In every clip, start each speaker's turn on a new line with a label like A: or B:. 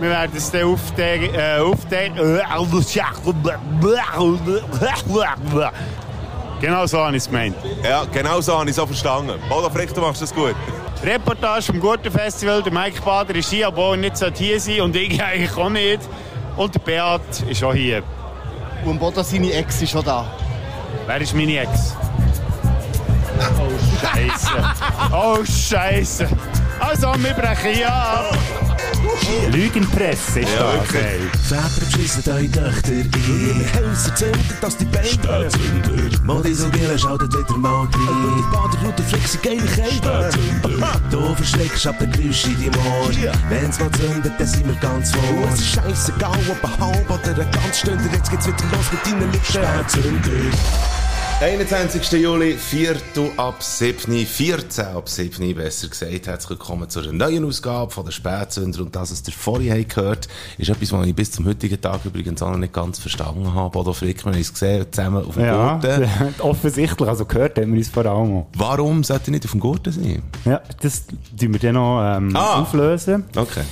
A: Wir werden es dann aufdecken. Äh, aufdecken. Genau so habe ich es gemeint.
B: Ja, genau so habe ich es auch verstanden. Paula Frick, du machst das gut.
A: Reportage vom Gurtenfestival. Der Mike Bader ist hier, obwohl er nicht sollte hier sein und ich eigentlich auch nicht. Und der Beat ist auch hier.
C: Und Boda, seine Ex ist schon da.
A: Wer ist meine Ex? Oh Scheiße. Oh Scheiße. Also, wir brechen hier ab.
D: Lügenpresse ist
B: Ja,
D: das.
B: wirklich.
D: ey.
E: Väter beschissen eure Töchter ein. Häuser zünden, dass die Beine brennen. Modisogelen schaltet wieder mal rein. Baderruten flexen geile Kälte. Du verschreckst ab der Grüsch in deinem Ohr. Wenn's mal zündet, dann sind wir ganz vor.
F: Es ist scheißegal, ob ein halb oder ein ganz Stunde. Jetzt geht's wieder los mit deinen Lippen.
B: 21. Juli, 4. ab 7. 14 ab 7. besser gesagt. Herzlich willkommen zu einer neuen Ausgabe von der Spätsünder. Und das, was ihr vorhin habt gehört ist etwas, was ich bis zum heutigen Tag übrigens auch noch nicht ganz verstanden habe. Bodo Frick, wir haben es gesehen, zusammen auf dem
D: Ja,
B: Gurten.
D: offensichtlich. Also gehört haben wir uns vor allem auch.
B: Warum sollte ich nicht auf dem Gurten sein?
D: Ja, das tun wir dann noch ähm,
B: Ah.
D: auflösen.
B: Okay.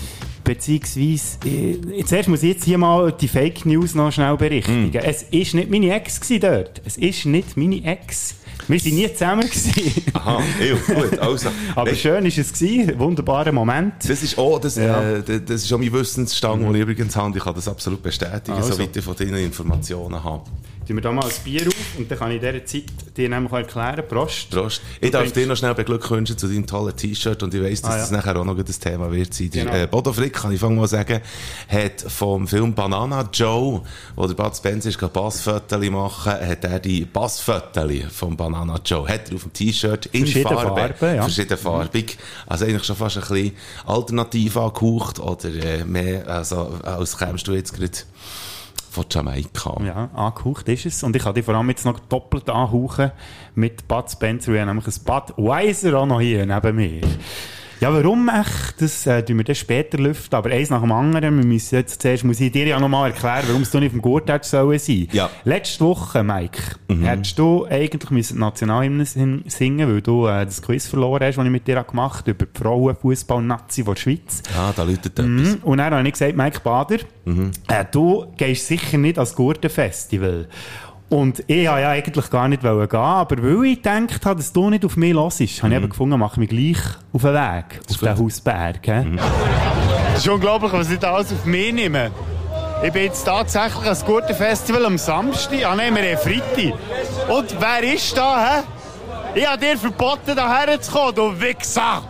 D: Beziehungsweise, äh, zuerst muss ich jetzt hier mal die Fake News noch schnell berichtigen. Es ist nicht meine Ex gsi dort. Es ist nicht meine Ex. Wir sind nie zusammen. gsi.
B: Aha, ew, gut, also.
D: Aber
B: Weisst-
D: schön ist es gsi, wunderbarer Moment.
B: Das ist auch, das,
D: Ja. Mhm.
B: äh, d- das ist auch mein Wissensstand, den ich übrigens habe. Ich kann das absolut bestätigen,
D: Also.
B: soweit ich von deinen Informationen habe.
D: Tun wir da mal ein Bier auf und dann kann ich in dieser Zeit dir nämlich auch erklären, Prost.
B: Prost. Ich darf
D: Trinkst-
B: dir noch schnell beglückwünschen zu deinem tollen T-Shirt und ich weiss, dass
D: Ah, ja.
B: das nachher auch noch das Thema wird sein. Der,
D: Genau.
B: Äh, Bodo Frick, kann ich fangen mal sagen, hat vom Film Banana Joe, wo der Bud Spencer ist, Bassfotos machen, hat er die Bassfotos vom Banana Joe, hat er auf dem T-Shirt in
D: Verschiedene
B: Farbe,
D: Farben, ja. Mhm.
B: verschiedenfarbig, also eigentlich schon fast ein bisschen alternativ angehaucht oder äh, mehr, also, als kämst du jetzt gerade von Jamaika.
D: Ja, angehaucht ist es. Und ich kann dich vor allem jetzt noch doppelt anhauchen mit Bud Spencer. Wir haben nämlich ein Bud Weiser auch noch hier neben mir. Ja, warum echt? Das äh, tun wir dann später lüften. Aber eins nach dem anderen. Wir müssen jetzt zuerst, muss ich dir ja nochmal erklären, warum es du nicht auf dem Gurt hättest sollen sein.
B: Ja.
D: Letzte Woche, Mike, hättest du eigentlich müssen die Nationalhymne sin- singen, weil du äh, das Quiz verloren hast, das ich mit dir gemacht habe, über die Frauenfußball-Nazi der Schweiz.
B: Ah, da läutet etwas.
D: Mhm. Und dann habe ich gesagt, Mike Bader, äh, du gehst sicher nicht ans Gurtenfestival. Und ich wollte ja eigentlich gar nicht wollen gehen, aber weil ich gedacht habe, dass du nicht auf mich hörst, habe ich eben gefunden, mache ich mich gleich auf den Weg, Mhm. auf den Mhm. Hausberg. hä?
A: Es ist unglaublich, was ich da alles auf mich nehme. Ich bin jetzt tatsächlich an das gute Festival am Samstag. Ah nein, wir haben Freitag. Und wer ist da, hä? Ich habe dir verboten, hierher zu kommen, du Wichser!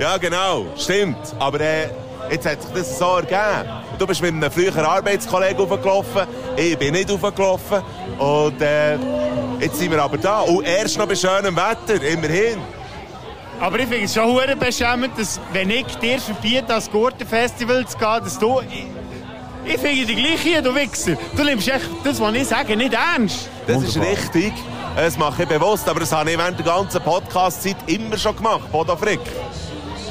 B: Ja, genau, stimmt. Aber äh, jetzt hat sich das so ergeben. Du bist mit einem früheren Arbeitskollegen hochgelaufen, ich bin nicht hochgelaufen. Und äh, jetzt sind wir aber da. Und erst noch bei schönem Wetter, immerhin.
A: Aber ich finde es schon hure beschämend, dass, wenn ich dir verbiete, ans Gurtenfestival zu gehen, dass du... Ich, ich finde die gleich hier, du Wichser. Du nimmst echt das, was ich sage, nicht ernst.
B: Das
D: Wunderbar.
B: ist richtig. Das mache ich bewusst, aber das habe ich während der ganzen Podcast-Zeit immer schon gemacht, Bodo Frick.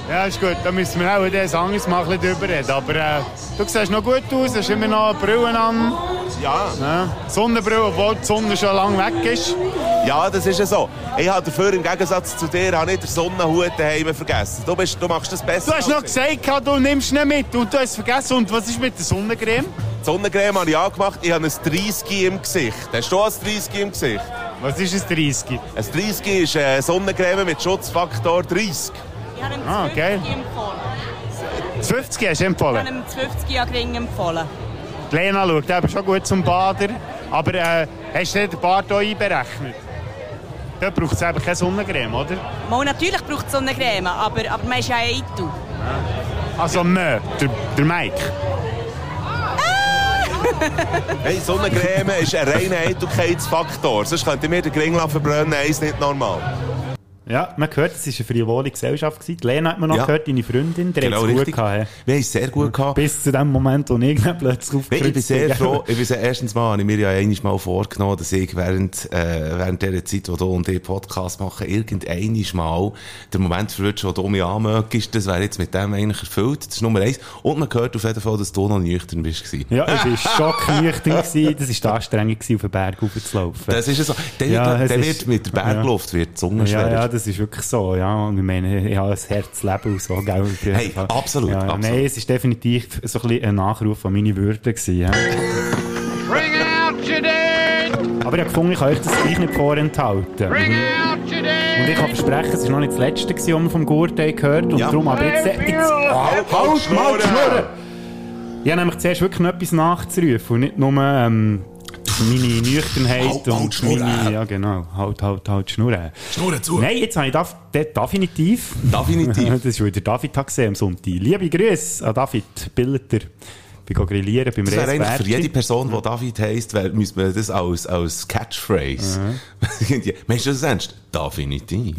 A: Ja, ist gut. Da müssen wir auch über das anderes mal ein bisschen drüber reden. Aber äh, du siehst noch gut aus, hast immer noch Brillen an.
B: Ja.
A: Ja, Sonnenbrille, obwohl die Sonne schon lange weg ist.
B: ja, das ist ja so. Ich habe dafür im Gegensatz zu dir habe ich den Sonnenhut daheim vergessen. Du, bist, du machst das besser.
A: Du hast noch
B: als ich.
A: gesagt, du nimmst ihn mit und du hast es vergessen. Und was ist mit der Sonnencreme?
B: Die Sonnencreme habe ich angemacht, ich habe ein 30 im Gesicht. Hast du auch ein 30 im Gesicht?
A: Was ist es 30?
B: Ein 30 ist eine Sonnencreme mit Schutzfaktor 30.
G: Ich habe ihm
A: Ah,
G: 50
A: geil.
G: empfohlen.
A: 50 hast du
G: Ich
A: empfohlen.
G: habe ihm 50 Jahre gering empfohlen.
A: Die Lena schaut eben schon gut zum Bader. Aber äh, hast du nicht den Bart auch einberechnet? Da braucht es eben keine Sonnencreme, oder?
G: Mal, natürlich braucht es so eine Creme, aber, aber man ist ja eh ein Eitel.
A: Also nö, der, der Mike.
B: Hey, Sonnencreme ist ein reiner Eitelkeitsfaktor. Sonst könnte ich mir den Gringler verbrennen, Nein, ist nicht normal.
D: Ja, man hört, es war eine frivole Gesellschaft. gewesen. Die Lena hat man noch
B: Ja. Genau,
D: gehört, deine Freundin, der hat es gut gehabt. Mhm. hä?
B: Wir haben es sehr gut gehabt.
D: Bis zu dem Moment, wo ich dann plötzlich
B: Weil
D: aufgerückt
B: ich bin sehr froh. Ich bin sehr, erstens mal habe ich mir ja einiges mal vorgenommen, dass ich während, äh, während dieser Zeit, wo du und ich Podcast machen, irgendeiniges mal den Moment verwirrt, wo du mich anmögest. Das wäre jetzt mit dem eigentlich erfüllt. Das ist Nummer eins. Und man hört auf jeden Fall, dass du noch nüchtern bist. gewesen.
D: Ja, ich war schocknüchtern. gewesen. Das war die Anstrengung, gewesen, auf den Berg hochzulaufen.
B: Das ist ja so. Dann,
D: Ja,
B: dann,
D: es
B: dann
D: ist-
B: wird mit der Bergluft wird die Zunge
D: Ja,
B: schwerer.
D: ja, das das ist wirklich so, ja. Und ich meine, ich habe ein Herzleben und so, gell? Und, äh,
B: Hey, absolut,
D: Ja,
B: absolut.
D: Nein, es ist definitiv so ein bisschen ein Nachruf an meine Würde gewesen, ja.
H: Bring out your dead!
D: Aber ich habe gefunden, ich kann euch das gleich nicht vorenthalten. Mhm.
H: Bring
D: Und
H: out your dead!
D: ich kann versprechen, es war noch nicht das Letzte, gewesen, was wir vom Gurtei gehört haben. Und darum, aber jetzt... jetzt
B: Halt, halt,
D: Mal die Schnurren! Ich habe nämlich zuerst wirklich noch etwas nachzurufen und nicht nur ähm, meine Nüchternheit
B: Halt, halt,
D: und
B: Schnurren!
D: meine... Ja genau, halt, halt, halt, Schnurren.
B: Schnurren zu.
D: Nein, jetzt habe ich Daf De definitiv...
B: Definitiv.
D: das ist wieder David hat gesehen am Sonntag. Liebe Grüße an David Billeter. Ich bin grillieren beim
B: Das wäre eigentlich für jede
D: Reisbärtli.
B: Person, die David heisst, wär, müsste man das als, als Catchphrase.
D: Mhm.
B: Meinst du das ernst? Definitiv.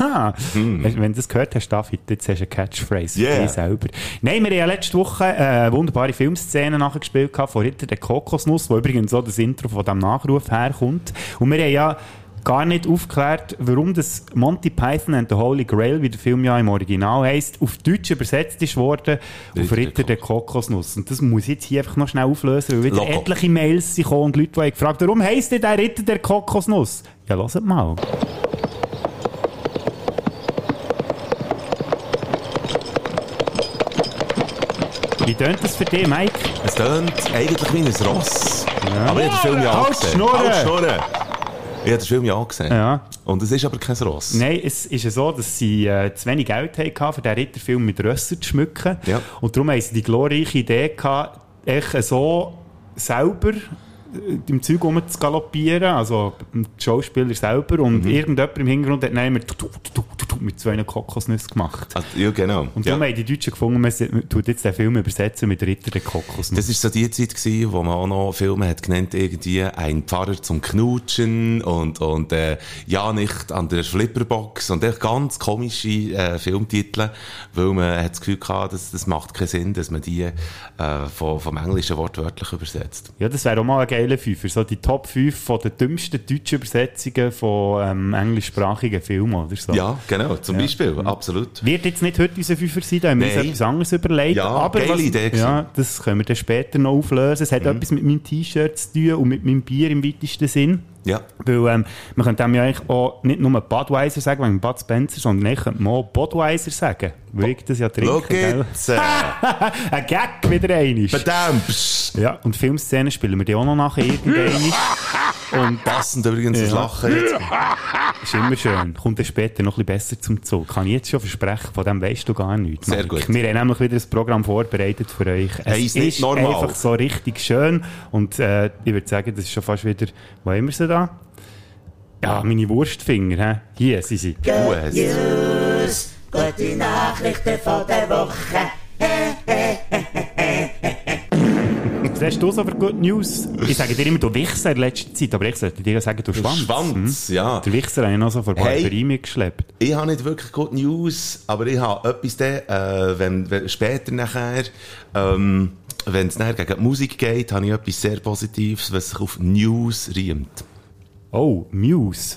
D: Ah, wenn, wenn du das gehört hast, David, jetzt hast du eine Catchphrase
B: Mhm. Yeah.
D: für dich selber. Nein, wir haben ja letzte Woche äh, eine wunderbare Filmszene nachgespielt gehabt, von Ritter der Kokosnuss, wo übrigens so das Intro von diesem Nachruf herkommt. Und wir haben ja gar nicht aufgeklärt, warum das Monty Python and the Holy Grail, wie der Film ja im Original heisst, auf Deutsch übersetzt ist worden, auf
B: Ritter der
D: Ritter der Kokosnuss. Und das muss ich jetzt hier einfach noch schnell auflösen, weil wieder
B: Logo.
D: etliche Mails sind gekommen und Leute, die haben gefragt, warum heisst denn der Ritter der Kokosnuss? Ja, hört mal. Wie tönt das für dich, Mike?
B: Es tönt eigentlich wie ein Ross. Aber ich habe den Film ja
D: Halt,
B: angesehen.
D: Schnurren!
B: Halt, Schnurren! Ich habe den Film ja angesehen.
D: Ja.
B: Und es ist aber kein Ross.
D: Nein, es ist ja so, dass sie äh, zu wenig Geld hatten, für den Ritterfilm mit Rössern zu schmücken.
B: Ja.
D: Und darum haben sie die glorreiche Idee gehabt, echt so selber äh, im Zeug rum zu galoppieren, also die Schauspieler selber. Und
B: Mhm.
D: irgendjemand im Hintergrund hat dann immer tu- tu- tu- tu- tu- mit zwei Kokosnüssen gemacht.
B: Also, ja, genau.
D: Und
B: ja.
D: darum haben die Deutschen gefunden, man se- tut jetzt den Film übersetzen mit Ritter der Kokosnuss.
B: Das war so die Zeit, gewesen, wo man auch noch Filme hat genannt, irgendwie ein Pfarrer zum Knutschen und, und äh, ja nicht an der Flipperbox und echt ganz komische äh, Filmtitel, weil man hat das Gefühl gehabt, das, das macht keinen Sinn, dass man die äh, vom, vom Englischen wortwörtlich übersetzt.
D: Ja, das wäre auch mal ein geiler Fünfer. So die Top 5 von den dümmsten deutschen Übersetzungen von ähm, englischsprachigen Filmen oder so.
B: Ja, genau, zum Beispiel, absolut.
D: Wird jetzt nicht heute unser Fünfer sein, da haben wir uns
B: Nein.
D: etwas anderes überlegt.
B: Ja,
D: aber
B: geile
D: was,
B: Idee gewesen. Mhm.
D: ja, das können wir dann später noch auflösen. Es hat etwas mit meinem T-Shirt zu tun und mit meinem Bier im weitesten Sinn.
B: Ja.
D: Weil ähm, man könnte dem ja eigentlich auch nicht nur Budweiser sagen, wegen Bud Spencer, sondern ich könnte mal Budweiser sagen. Weil ich das ja
B: Schau
D: trinke. gell?
B: jetzt! äh,
D: Ein Gag wieder einig.
B: Badam, psch.
D: Ja, und Filmszenen spielen wir die auch noch nachher irgendwann. Und
B: Passend übrigens das
D: Ja.
B: Lachen jetzt.
D: Ist immer schön. Kommt dann später noch ein bisschen besser zum Zug. Kann ich jetzt schon versprechen, von dem weißt du gar nichts.
B: Sehr
D: Mike.
B: gut.
D: Wir haben nämlich wieder ein Programm vorbereitet für euch. Es
B: Hey, ist nicht normal.
D: einfach so richtig schön. Und äh, ich würde sagen, das ist schon fast wieder... Wo haben wir sie da? Ja, meine Wurstfinger. He? Hier sind sie.
B: Yes.
D: Was hast du so für Good News? Ich sage dir immer, du Wichser in letzter Zeit, aber ich sollte dir sagen, du Schwanz.
B: Schwanz, Hm? ja.
D: Der Wichser habe ich noch so vor
B: Hey.
D: Barbarie mitgeschleppt.
B: Ich habe nicht wirklich gute News, aber ich habe etwas, dann, äh, wenn, wenn später nachher, ähm, wenn es nachher gegen die Musik geht, habe ich etwas sehr Positives, was sich auf News reimt.
D: Oh, Muse.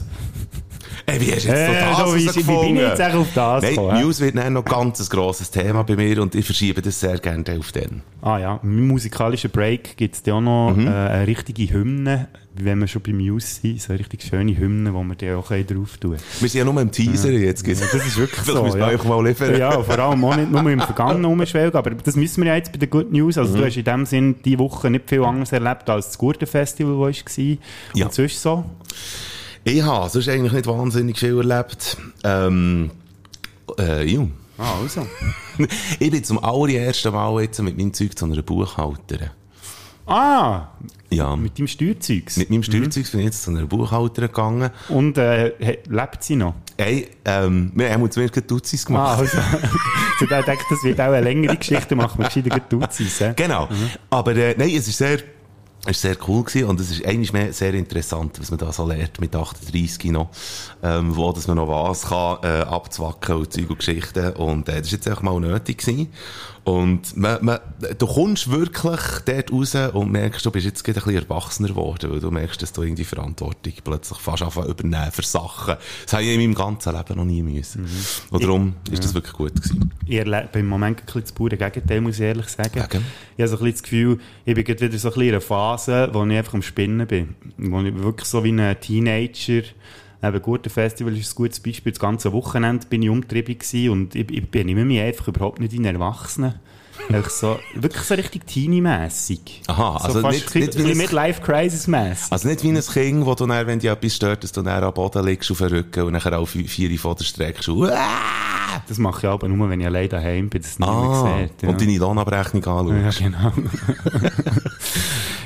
B: Ey, wie hast du
D: Äh, da
B: jetzt so das
D: bin ich- wie bin ich
B: herausgefunden?
D: jetzt eigentlich auf das
B: Nein,
D: gekommen, hä?
B: News wird nachher noch ganz ein grosses Thema bei mir und ich verschiebe das sehr gerne dann auf den.
D: Ah ja, im musikalischen Break gibt es auch noch äh, eine richtige Hymne, wie wenn wir schon bei Muse sind, so eine richtig schöne Hymne, wo wir die auch drauf tun können.
B: Wir sind ja nur im Teaser jetzt. Ja,
D: Hm. Das ist wirklich
B: das
D: so.
B: müssen wir
D: ja.
B: euch mal liefern.
D: Ja, und vor allem auch nicht nur im Vergangenen rumschwelgen, aber das müssen wir ja jetzt bei den Good News. Also du hast in dem Sinn die Woche nicht viel anderes erlebt als das Gurtenfestival, wo ich war.
B: Ja.
D: Und sonst so.
B: Ich habe sonst eigentlich nicht wahnsinnig viel erlebt. Ähm, äh, ja.
D: Ah, also.
B: Ich bin zum allerersten Mal jetzt mit meinem Zeug zu einer Buchhalterin.
D: Ah,
B: Ja.
D: mit deinem Steuerzeugs.
B: Mit meinem Steuerzeug bin ich jetzt zu einer Buchhalterin gegangen.
D: Und äh, he- lebt sie noch?
B: Hey, ähm, wir haben zumindest gerade Dutzis
D: Ah,
B: gemacht.
D: also. ich dachte, das wird auch eine längere Geschichte, machen wir gescheiter gleich Dutzis. hä?
B: Genau. Aber äh, nein, es ist sehr, es ist sehr cool gewesen und es ist eigentlich mehr sehr interessant, was man da so lernt mit 38 noch, ähm, wo dass man noch was kann, äh, abzwacken und Zeug und Geschichten und äh, das ist jetzt einfach mal nötig gewesen. Und man, man, du kommst wirklich dort raus und merkst, du bist jetzt gerade ein bisschen erwachsener geworden, weil du merkst, dass du irgendwie Verantwortung plötzlich fast anfangen übernehmen für Sachen. Das habe ich in meinem ganzen Leben noch nie müssen.
D: Mhm.
B: Und darum ist das wirklich gut gewesen.
D: Ich erlebe im Moment ein bisschen das pure Gegenteil, muss ich ehrlich sagen.
B: Wegen?
D: Ich habe so ein bisschen das Gefühl, ich bin gerade wieder so ein bisschen in einer Phase, wo ich einfach am Spinnen bin. Wo ich wirklich so wie ein Teenager Eben, gute Festival ist ein gutes Beispiel. Das ganze Wochenende bin ich umtrieben gewesen und ich, ich bin immer mich einfach überhaupt nicht in Erwachsenen. Einfach so, wirklich so richtig teenie-mässig.
B: Aha, also
D: so fast
B: nicht-
D: ein bisschen-
B: nicht-
D: ein bisschen Midlife-Crisis-mässig.
B: Also nicht wie ein Kind, wo du dann, wenn dich etwas stört, dass du dann am Boden liegst auf dem Rücken und nachher auch vi- vier von der streckst. und Uah!
D: Das mache ich aber nur, wenn ich allein daheim bin, das niemand
B: Ah,
D: sieht. ja.
B: und deine Lohnabrechnung
D: Ja,
B: anschaust.
D: genau.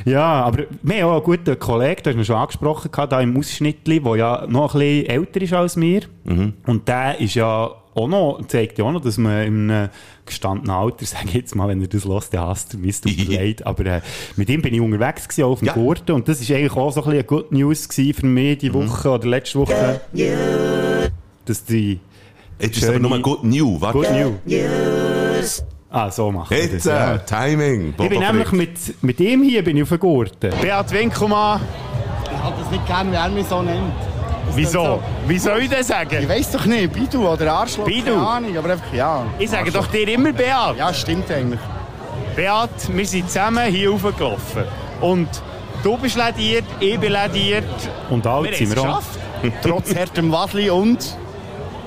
D: ja, aber wir haben auch einen guten Kollegen, den hast du schon angesprochen, gehabt, da im Ausschnitt, der ja noch ein bisschen älter ist als wir.
B: Mhm.
D: Und der ist ja auch noch, zeigt ja auch noch, dass man in einem gestandenen Alter, sage ich jetzt mal, wenn er das hört, der hasst er mich, es tut mir leid, aber äh, mit ihm bin ich unterwegs gewesen, auch auf dem
B: Ja. Mhm.
D: Gurten und das war eigentlich auch so ein bisschen eine Good News gewesen für mich die Woche oder letzte Woche, dass die
B: Jetzt ist aber
D: Schöne-
B: nur gut new, warte.
D: Good News... Ah, so machen wir das,
B: Jetzt,
D: ja.
B: äh, Timing.
D: Ich bin
B: Bobo
D: nämlich
B: Frick.
D: mit, mit ihm hier bin ich auf den Gurten.
A: Beat Winkelmann,
C: Ich habe das nicht gern, wer mich so nennt. Das klingt
A: wieso?
C: so-
A: Wie soll ich das
C: Ich
A: sagen?
C: weiss doch nicht, Bidu oder Arschloch,
A: Bidu.
C: keine Ahnung, aber einfach ja.
A: Ich sage doch dir immer Beat.
C: Ja, stimmt eigentlich.
A: Beat, wir sind zusammen hier raufgelaufen. Und du bist lädiert, ich bin lädiert.
D: Und
A: Wir
D: alt
A: haben es
D: sind wir auch.
A: geschafft.
C: Trotz härtem Wadli und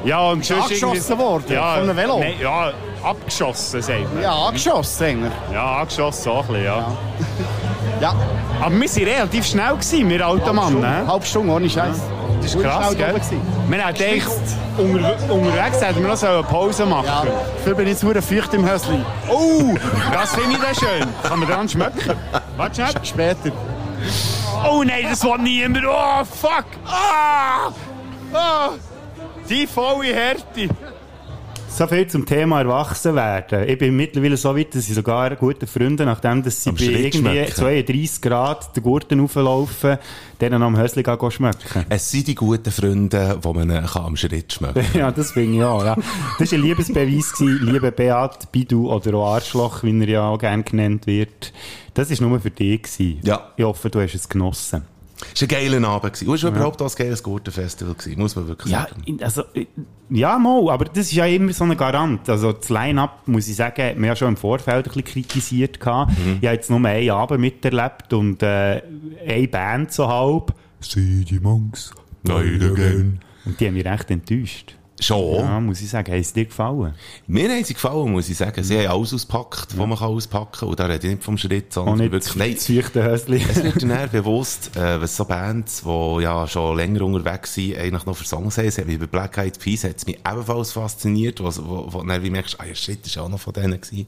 A: Ja, und sonst
C: Angeschossen worden, von einem Velo.
A: Nein, ja, abgeschossen, sagt man.
C: ja, angeschossen eigentlich.
A: Ja, angeschossen auch ein bisschen, ja.
C: Ja,
A: Aber wir waren relativ schnell, gewesen, wir alten Mann.
C: Stunde,
A: Ne?
C: halb Stunde, ohne Scheiß.
A: Das ist krass, gell? Wir hätten echt unter, unterwegs hätten wir noch so eine Pause machen
C: Ja, dafür bin ich zu feucht im Hösli.
A: Oh, das finde ich dann schön. Kann man dran schmecken? Warte schnell.
C: Später.
A: Oh nein, das war niemand. Oh, fuck. Ah! Ah! Die volle Härte.
D: So viel zum Thema Erwachsenwerden. Ich bin mittlerweile so weit, dass ich sogar gute Freunde, nachdem dass sie
B: Am
D: bei
B: Schritt
D: irgendwie
B: schmecken.
D: 32 Grad den Gurten rauflaufen, denen am Hösli gehen gehen schmecken.
B: Es sind die guten Freunde, die man äh, kann am Schritt schmecken
D: Ja, das finde ich auch. Ja. Das war ein Liebesbeweis, gewesen. liebe Beat, Bidu oder auch Arschloch, wie er ja auch gerne genannt wird. Das war nur für dich. Gewesen.
B: Ja.
D: Ich hoffe, du hast es genossen.
B: Es war ein geiler Abend. gewesen. Und es war überhaupt auch ein geiles Gurtenfestival, gewesen, muss man wirklich
D: Ja,
B: sagen.
D: in- also, i- ja, mal, aber das ist ja immer so ein Garant. Also, das Line-Up, muss ich sagen, hat man ja schon im Vorfeld ein bisschen kritisiert. gehabt. Ich habe jetzt nur einen Abend miterlebt und äh, eine Band so halb. See die Monks.
B: Nein, again.
D: Und die haben mich recht enttäuscht.
B: Schon.
D: Ja, muss ich sagen, haben es dir gefallen?
B: Mir haben sie gefallen, muss ich sagen. Sie haben alles ausgepackt, was man kann auspacken kann. Und da rede ich nicht vom Schritt, sondern
D: Auch nicht
B: wirklich...
D: das
B: Nein,
D: feuchte Hösli.
B: Es wird dann eher bewusst, äh, was so Bands, die ja schon länger unterwegs sind, eigentlich noch für Songs haben. Es hat mich bei Black Eyed Peas hat's mich ebenfalls fasziniert, wo, wo, wo dann wie merkst, ah ja, shit, das war auch noch von denen. Gewesen.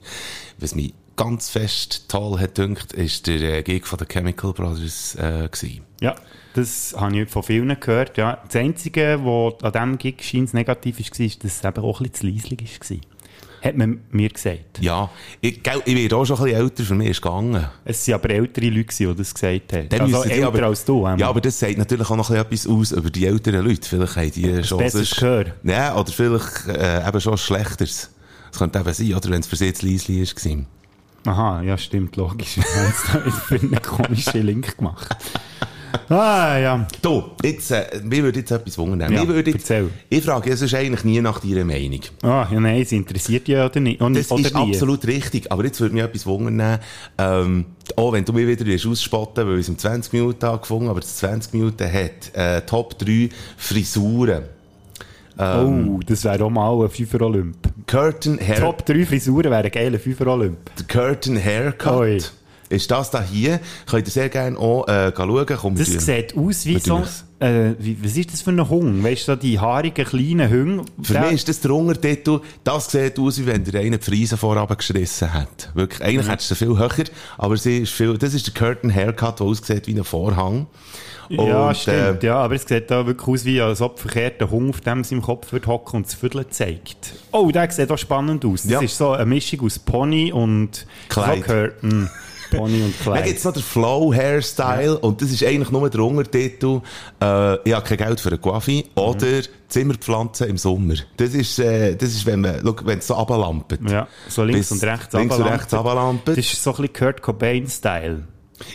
B: Was mich ganz fest toll hat gedünkt, ist der äh, Gig von den Chemical Brothers äh, gewesen.
D: Ja, das habe ich von vielen gehört. Ja. Das Einzige, was an diesem Gig scheint negativ war, ist, dass es eben auch ein bisschen zu leislich war. Hat man mir gesagt.
B: Ja, ich, gell, ich werde auch schon ein bisschen älter, für mich ist gegangen.
D: Es waren aber ältere Leute, gewesen, die das gesagt haben.
B: Dann
D: also
B: müssen die
D: älter
B: aber-
D: als du. ähm.
B: Ja, aber das sagt natürlich auch noch ein bisschen etwas aus über die älteren Leute. Vielleicht haben die schon...
D: besseres
B: sonst-
D: Gehör.
B: Ja, oder vielleicht äh, eben schon ein schlechteres. Das könnte eben sein, oder wenn es für sie jetzt leislich war.
D: Aha, ja stimmt, logisch. Wir haben jetzt da für einen komischen Link gemacht. Ah ja,
B: Du, jetzt, äh, mir würde jetzt etwas wundern.
D: Ja,
B: Mir würde jetzt,
D: erzähl.
B: ich frage, es ist eigentlich nie nach deiner Meinung.
D: ah, ja nein, es interessiert ja oder nicht. Und,
B: Das
D: oder
B: ist
D: nie.
B: absolut richtig, aber jetzt würde mich etwas wundern, ähm, auch wenn du mich wieder wirst ausspotten, weil wir es im 20 Minuten angefangen haben, aber das 20 Minuten hat äh, Top 3 Frisuren.
D: oh, das wäre auch mal ein Fünfer Olymp.
B: Curtain, Hair,
D: Top 3 Frisuren wäre ein geiler Fünfer Olymp.
B: Curtain Haircut.
D: Oi.
B: Ist das da hier? Könnt ihr sehr gerne auch äh, schauen. Komm,
D: Das
B: wir-
D: sieht aus wie so.
B: Natürlich.
D: Äh, wie, was ist das für ein Hung? Weißt du, so die haarigen kleinen Hunde.
B: Für
D: Der-
B: mich ist das der Untertitel, das sieht aus, wie wenn der eine die Frise vorab geschissen hat. Wirklich, eigentlich
D: Mhm.
B: hättest du sie viel höher, aber sie ist viel, das ist der Curtain Haircut, der aussieht wie ein Vorhang.
D: Ja,
B: Und,
D: stimmt,
B: äh,
D: ja, aber es sieht da wirklich aus wie als ob verkehrt der Hund auf dem seinem Kopf wird hocken und das Viertel zeigt. Oh, der sieht auch spannend aus. Das
B: Ja.
D: ist so eine Mischung aus Pony und
B: Kleid.
D: So Curtain. Pony und
B: Dann
D: Kleid.
B: gibt's noch den Flow Hairstyle und das ist eigentlich nur der Untertitel, äh, ich habe kein Geld für eine
D: Mhm.
B: Coiffeur oder Zimmerpflanzen im Sommer. Das ist, äh, das ist, wenn man, schau, wenn es so runterlampert.
D: Ja, so links
B: Bis
D: und rechts
B: links und
D: runterlampert.
B: rechts
D: Das
B: runterlampert.
D: ist so ein bisschen Kurt Cobain-Style.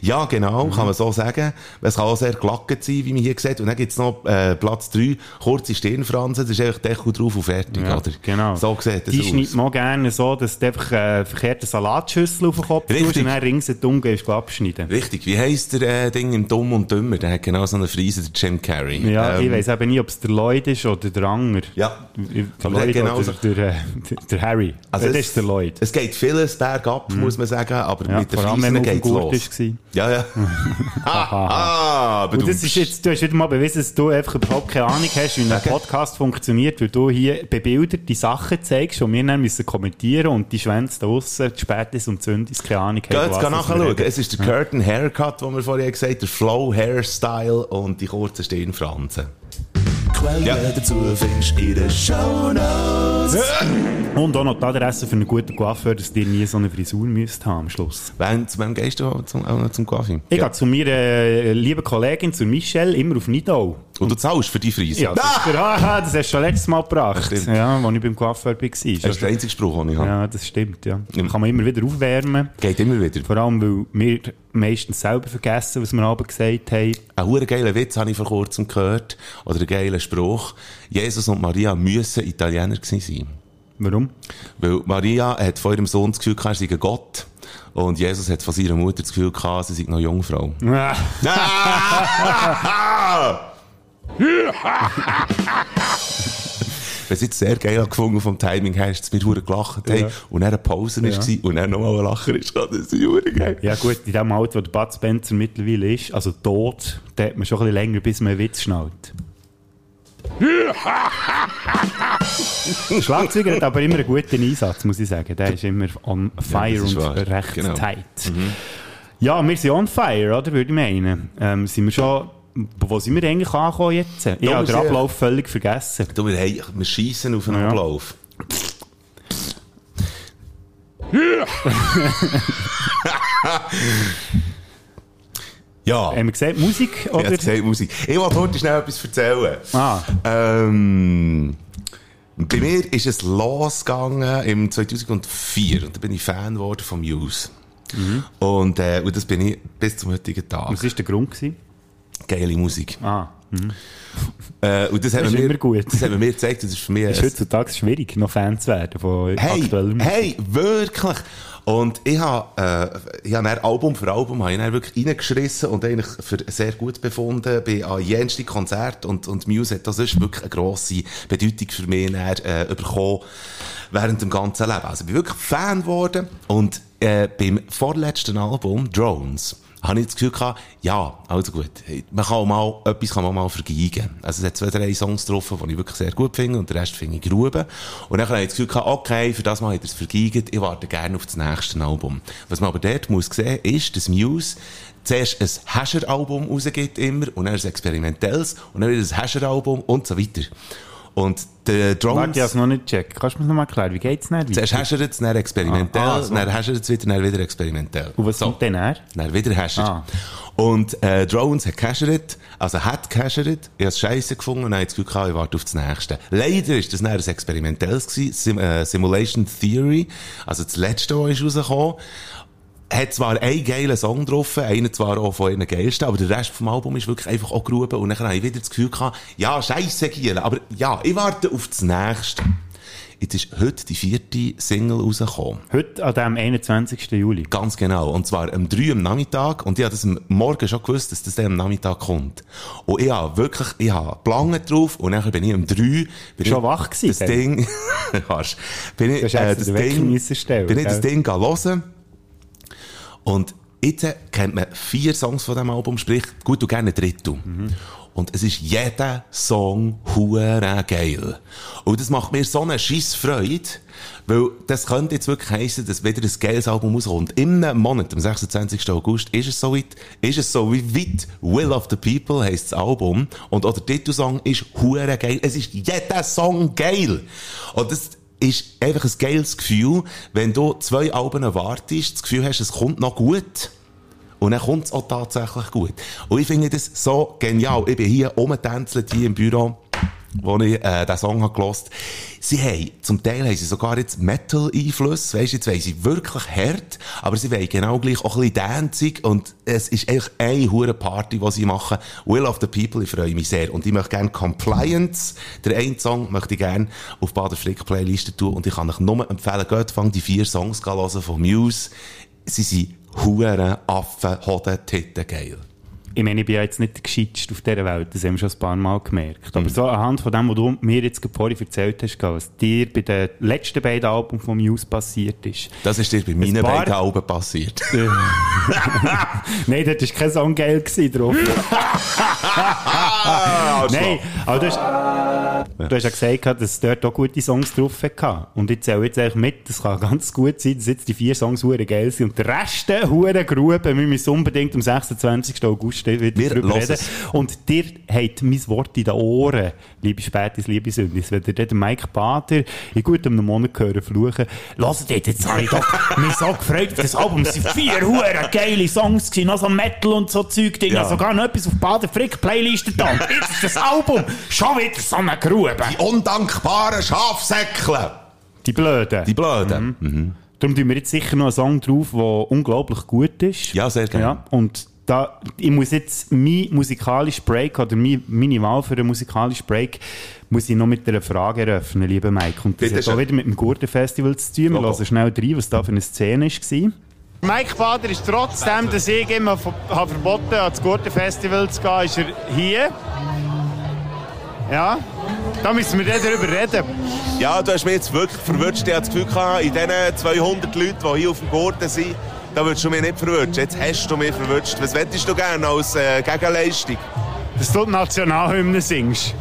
B: Ja, genau, kann man so
D: Mhm.
B: sagen. Es kann auch sehr glackend sein, wie man hier sieht. Und dann gibt's noch äh, Platz 3, kurze Stirnfransen, das ist einfach Deckel drauf und fertig,
D: Ja,
B: oder?
D: Genau.
B: So sieht das
D: Die
B: aus.
D: schneidet man auch gerne so, dass du einfach äh, einen verkehrten Salatschüssel auf den Kopf tust
B: Richtig.
D: und dann ringsherum gehst du abschneiden.
B: Richtig, wie heisst der äh, Ding im Dumm und Dümmer? Der hat genau so eine Frise, der Jim Carrey.
D: Ja,
B: Ähm,
D: ich weiss eben nicht, ob es der Lloyd ist oder der Anger.
B: Ja.
D: Der
B: Aber der
D: Lloyd
B: genauso-
D: oder der, der, der Harry. Also das
B: es-
D: ist der Lloyd. Mhm.
B: Es geht vieles bergab, muss man sagen, aber
D: Ja,
B: mit der
D: vor allem, wenn
B: Friesen
D: man auf dem
B: geht's
D: Gurt
B: los.
D: ist. gewesen.
B: Ja, ja. Haha.
D: Und das ist jetzt, du hast wieder mal bewiesen, dass du einfach überhaupt keine Ahnung hast, wie ein Podcast funktioniert, weil du hier bebilderte Sachen zeigst und wir dann müssen kommentieren und die Schwänze da draussen, die Spätis und Zündis, keine Ahnung
B: Geht,
D: was
B: kann
D: wir
B: nachschauen.
D: reden.
B: Es ist der Curtain Haircut, den wir vorher gesagt haben, der Flow Hairstyle und die kurzen Stirnfransen.
F: Quellen
B: Ja.
F: dazu findest du in den Shownotes.
D: Und auch noch die Adresse für einen guten Coiffeur, dass ihr nie so eine Frisur müsst haben am Schluss.
B: Wann, zu wem gehst du auch zum, auch noch zum Kaffee?
D: Ich gehe zu meiner äh, lieben Kollegin, zu Michelle, immer auf Nidau.
B: Und du zahlst für die Frise?
D: Ja, das, ist der, ah, das hast du schon letztes Mal gebracht,
B: Das stimmt.
D: ja, als ich beim Coiffeur war.
B: Das ist der einzige Spruch, den ich habe.
D: Ja, das stimmt, ja.
B: Mhm.
D: Kann man immer wieder aufwärmen.
B: Geht immer wieder.
D: Vor allem, weil wir meistens selber vergessen, was wir abends gesagt haben.
B: Einen huere geilen Witz habe ich vor kurzem gehört. Oder einen geilen Spruch. Jesus und Maria müssen Italiener gewesen sein.
D: Warum?
B: Weil Maria hat von ihrem Sohn das Gefühl gehabt, er sei ein Gott. Und Jesus hat von seiner Mutter das Gefühl gehabt, sie sei noch Jungfrau.
D: Ah,
B: Was jetzt sehr geil gefunden vom Timing her, ist, dass wir hure gelacht haben. Und dann eine Pause war und dann nochmal ein Lacher ist. Das ist hure geil.
D: Ja gut, in dem Alter, wo der Bud Spencer mittlerweile ist, also tot, da hat man schon ein bisschen länger, bis man einen Witz schnallt. Der Schlagzeuger hat aber immer einen guten Einsatz, muss ich sagen. Der ist immer on fire
B: das ist
D: und
B: wahr.
D: recht
B: Genau.
D: tight. Ja, wir sind on fire, oder? Würde ich meinen. Ähm, sind wir schon... Wo sind wir eigentlich angekommen jetzt? Ich habe den
B: sehr.
D: Ablauf völlig vergessen.
B: Du, wir, hey, wir schiessen auf einen
D: Ja.
B: Ablauf. ja.
D: Haben wir gesagt, Musik
B: Ich
D: Ähm, oder?
B: habe gesagt, Musik. Ich wollte heute schnell etwas erzählen.
D: Ah.
B: Ähm, bei mir ist es losgegangen im 2004. Und da bin ich Fan geworden vom Muse. Und, äh, und das bin ich bis zum heutigen Tag.
D: Mhm. Was war der Grund? Gewesen?
B: Geile Musik.
D: Ah,
B: Äh, und das, haben
D: ist
B: wir,
D: immer gut.
B: das haben wir mir gezeigt. Das ist für mich
D: ist
B: ein-
D: heutzutage schwierig, noch Fan zu werden von
B: Hey,
D: aktueller Musik.
B: hey, wirklich. Und ich habe, äh, ich habe dann Album für Album habe ich dann wirklich reingeschissen und eigentlich für sehr gut befunden. Bin an jensten Konzert und, und Muse hat das ist wirklich eine grosse Bedeutung für mich dann, äh, bekommen während dem ganzen Leben. Also ich bin wirklich Fan geworden und äh, beim vorletzten Album, Drones, habe ich das Gefühl gehabt, ja, also gut, man kann auch mal, etwas kann man mal vergeigen. Also es hat zwei, drei Songs drauf, die ich wirklich sehr gut finde und den Rest finde ich grube. Und dann habe ich das Gefühl gehabt, okay, für das Mal hat er es vergeigt, ich warte gerne auf das nächste Album. Was man aber dort muss sehen, ist, dass Muse zuerst ein Hasher-Album rausgibt immer und dann ein experimentelles und dann wieder ein Hasher-Album und so weiter. Und der
D: Warte,
B: Drones...
D: ich habe es noch nicht gecheckt. Kannst du mir noch mal erklären, wie geht es nicht weiter?
B: Zuerst hast du jetzt, dann experimentell,
D: Ah, ah, so.
B: dann hast du jetzt wieder, dann wieder experimentell.
D: Und was
B: so.
D: kommt denn her?
B: Dann wieder hast du
D: Ah.
B: Und äh, Drones hat gehashert, also hat gehashert, ich habe es scheisse gefunden und habe das Gefühl gehabt, ich warte auf das Nächste. Leider ist das dann ein experimentelles gewesen, Sim äh, Simulation Theory, also das Letzte, was ist rausgekommen. Hat zwar einen geilen Song drauf, einen zwar auch von ihren geilsten, aber der Rest vom Album ist wirklich einfach auch gerufen und dann habe ich wieder das Gefühl gehabt, ja, scheisse Giel, aber ja, ich warte auf das Nächste. Jetzt ist heute die vierte Single rausgekommen.
D: Heute, an dem 21. Juli.
B: Ganz genau. Und zwar um 3 am Nachmittag. Und ich habe das am Morgen schon gewusst, dass das dann am Nachmittag kommt. Und ich habe wirklich, ich habe Plangen drauf. Und nachher bin ich um 3. Bin
D: Schon
B: ich,
D: wach gewesen,
B: Das
D: dann?
B: Ding, Arsch. bin ich,
D: Du hast extra Äh, den Wecker müssen stellen,
B: bin ich das
D: gell?
B: Ding gehen hören. Und jetzt kennt man vier Songs von diesem Album, sprich, gut und gerne ein Drittel. Und es ist jeder Song hure geil. Und das macht mir so eine Scheissfreude, weil das könnte jetzt wirklich heissen, dass wieder ein geiles Album rauskommt. Im Monat, am 26. August, ist es so weit, ist es so wie weit Will of the People heisst das Album. Und auch der Titelsong ist hure geil. Es ist jeder Song geil. Und das, ist einfach ein geiles Gefühl, wenn du zwei Alben erwartest, das Gefühl hast, es kommt noch gut. Und dann kommt es auch tatsächlich gut. Und ich finde das so genial. Ich bin hier rumgetänzelt, hier im Büro. wo ich äh, diesen Song habe gehört Sie haben, zum Teil haben sie sogar jetzt Metal-Einfluss, weisst du, jetzt wollen sie wirklich hart, aber sie wollen genau gleich auch ein bisschen danzig und es ist eigentlich eine hure Party, die sie machen. Will of the People, ich freue mich sehr und ich möchte gerne Compliance, der einen Song möchte ich gerne auf Bader Frick Playliste tun und ich kann euch nur empfehlen, geht fang die vier Songs zu hören von Muse. Sie sind hure Affen, Hoden, Titten, geil.
D: Ich meine, ich bin ja jetzt nicht der Gescheiteste auf dieser Welt, das haben wir schon ein paar Mal gemerkt.
B: Mhm.
D: Aber so anhand von dem, was du mir jetzt gerade vorhin erzählt hast, was dir bei den letzten beiden Alben von Muse passiert ist.
B: Das ist dir bei meinen
D: paar-
B: beiden Alben passiert.
D: Nein, dort war kein Song geil gewesen drauf. Nein,
B: Also.
D: aber du hast, du hast ja gesagt, gehabt, dass es dort auch gute Songs drauf hatte. Und ich zähle jetzt eigentlich mit, es kann ganz gut sein, dass jetzt die vier Songs hure geil sind und der Rest hure Gruben. Wir müssen unbedingt am 26. August wieder
B: Wir
D: drüber
B: hören
D: reden.
B: es.
D: Und dir hat mein Wort in den Ohren, liebe Spätis, liebe Sündis. Wenn ihr den Mike Bader in gut einem Monat hören fluchen, lasst ihr jetzt habe ich doch mich so gefreut auf das Album. Es sind vier hure geile Songs gewesen, noch so Metal und so Zeug. Ding.
B: Ja.
D: Also gar noch etwas auf Bader Frick Playliste da. Und Jetzt ist das Album schon wieder so eine Grube.
B: Die undankbaren Schafsäckle.
D: Die Blöden.
B: Die Blöden.
D: Mhm. Darum tun wir jetzt sicher noch einen Song drauf, der unglaublich gut ist.
B: Ja, sehr gerne.
D: Ja, und da, ich muss jetzt mein musikalischen Break oder mein, meine Wahl für einen musikalischen Break muss ich noch mit einer Frage eröffnen, lieber Mike. Und das
B: Bitte
D: hat auch
B: schön.
D: wieder mit dem Gurtenfestival zu tun. Wir
B: Logo.
D: hören schnell rein, was da für eine Szene war.
A: Mike Bader ist trotzdem, dass ich ihm habe habe verboten ans Gurtenfestival zu gehen, ist er hier. Ja, da müssen wir dann darüber reden.
I: Ja, du hast mich jetzt wirklich verwirrt. Ich hatte das Gefühl, gehabt, in diesen 200 Leuten, die hier auf dem Gurten sind, da würdest du mich nicht verwirrt. Jetzt hast du mich verwirrt. Was hättest du gerne als äh, Gegenleistung?
A: Dass du die Nationalhymne singst.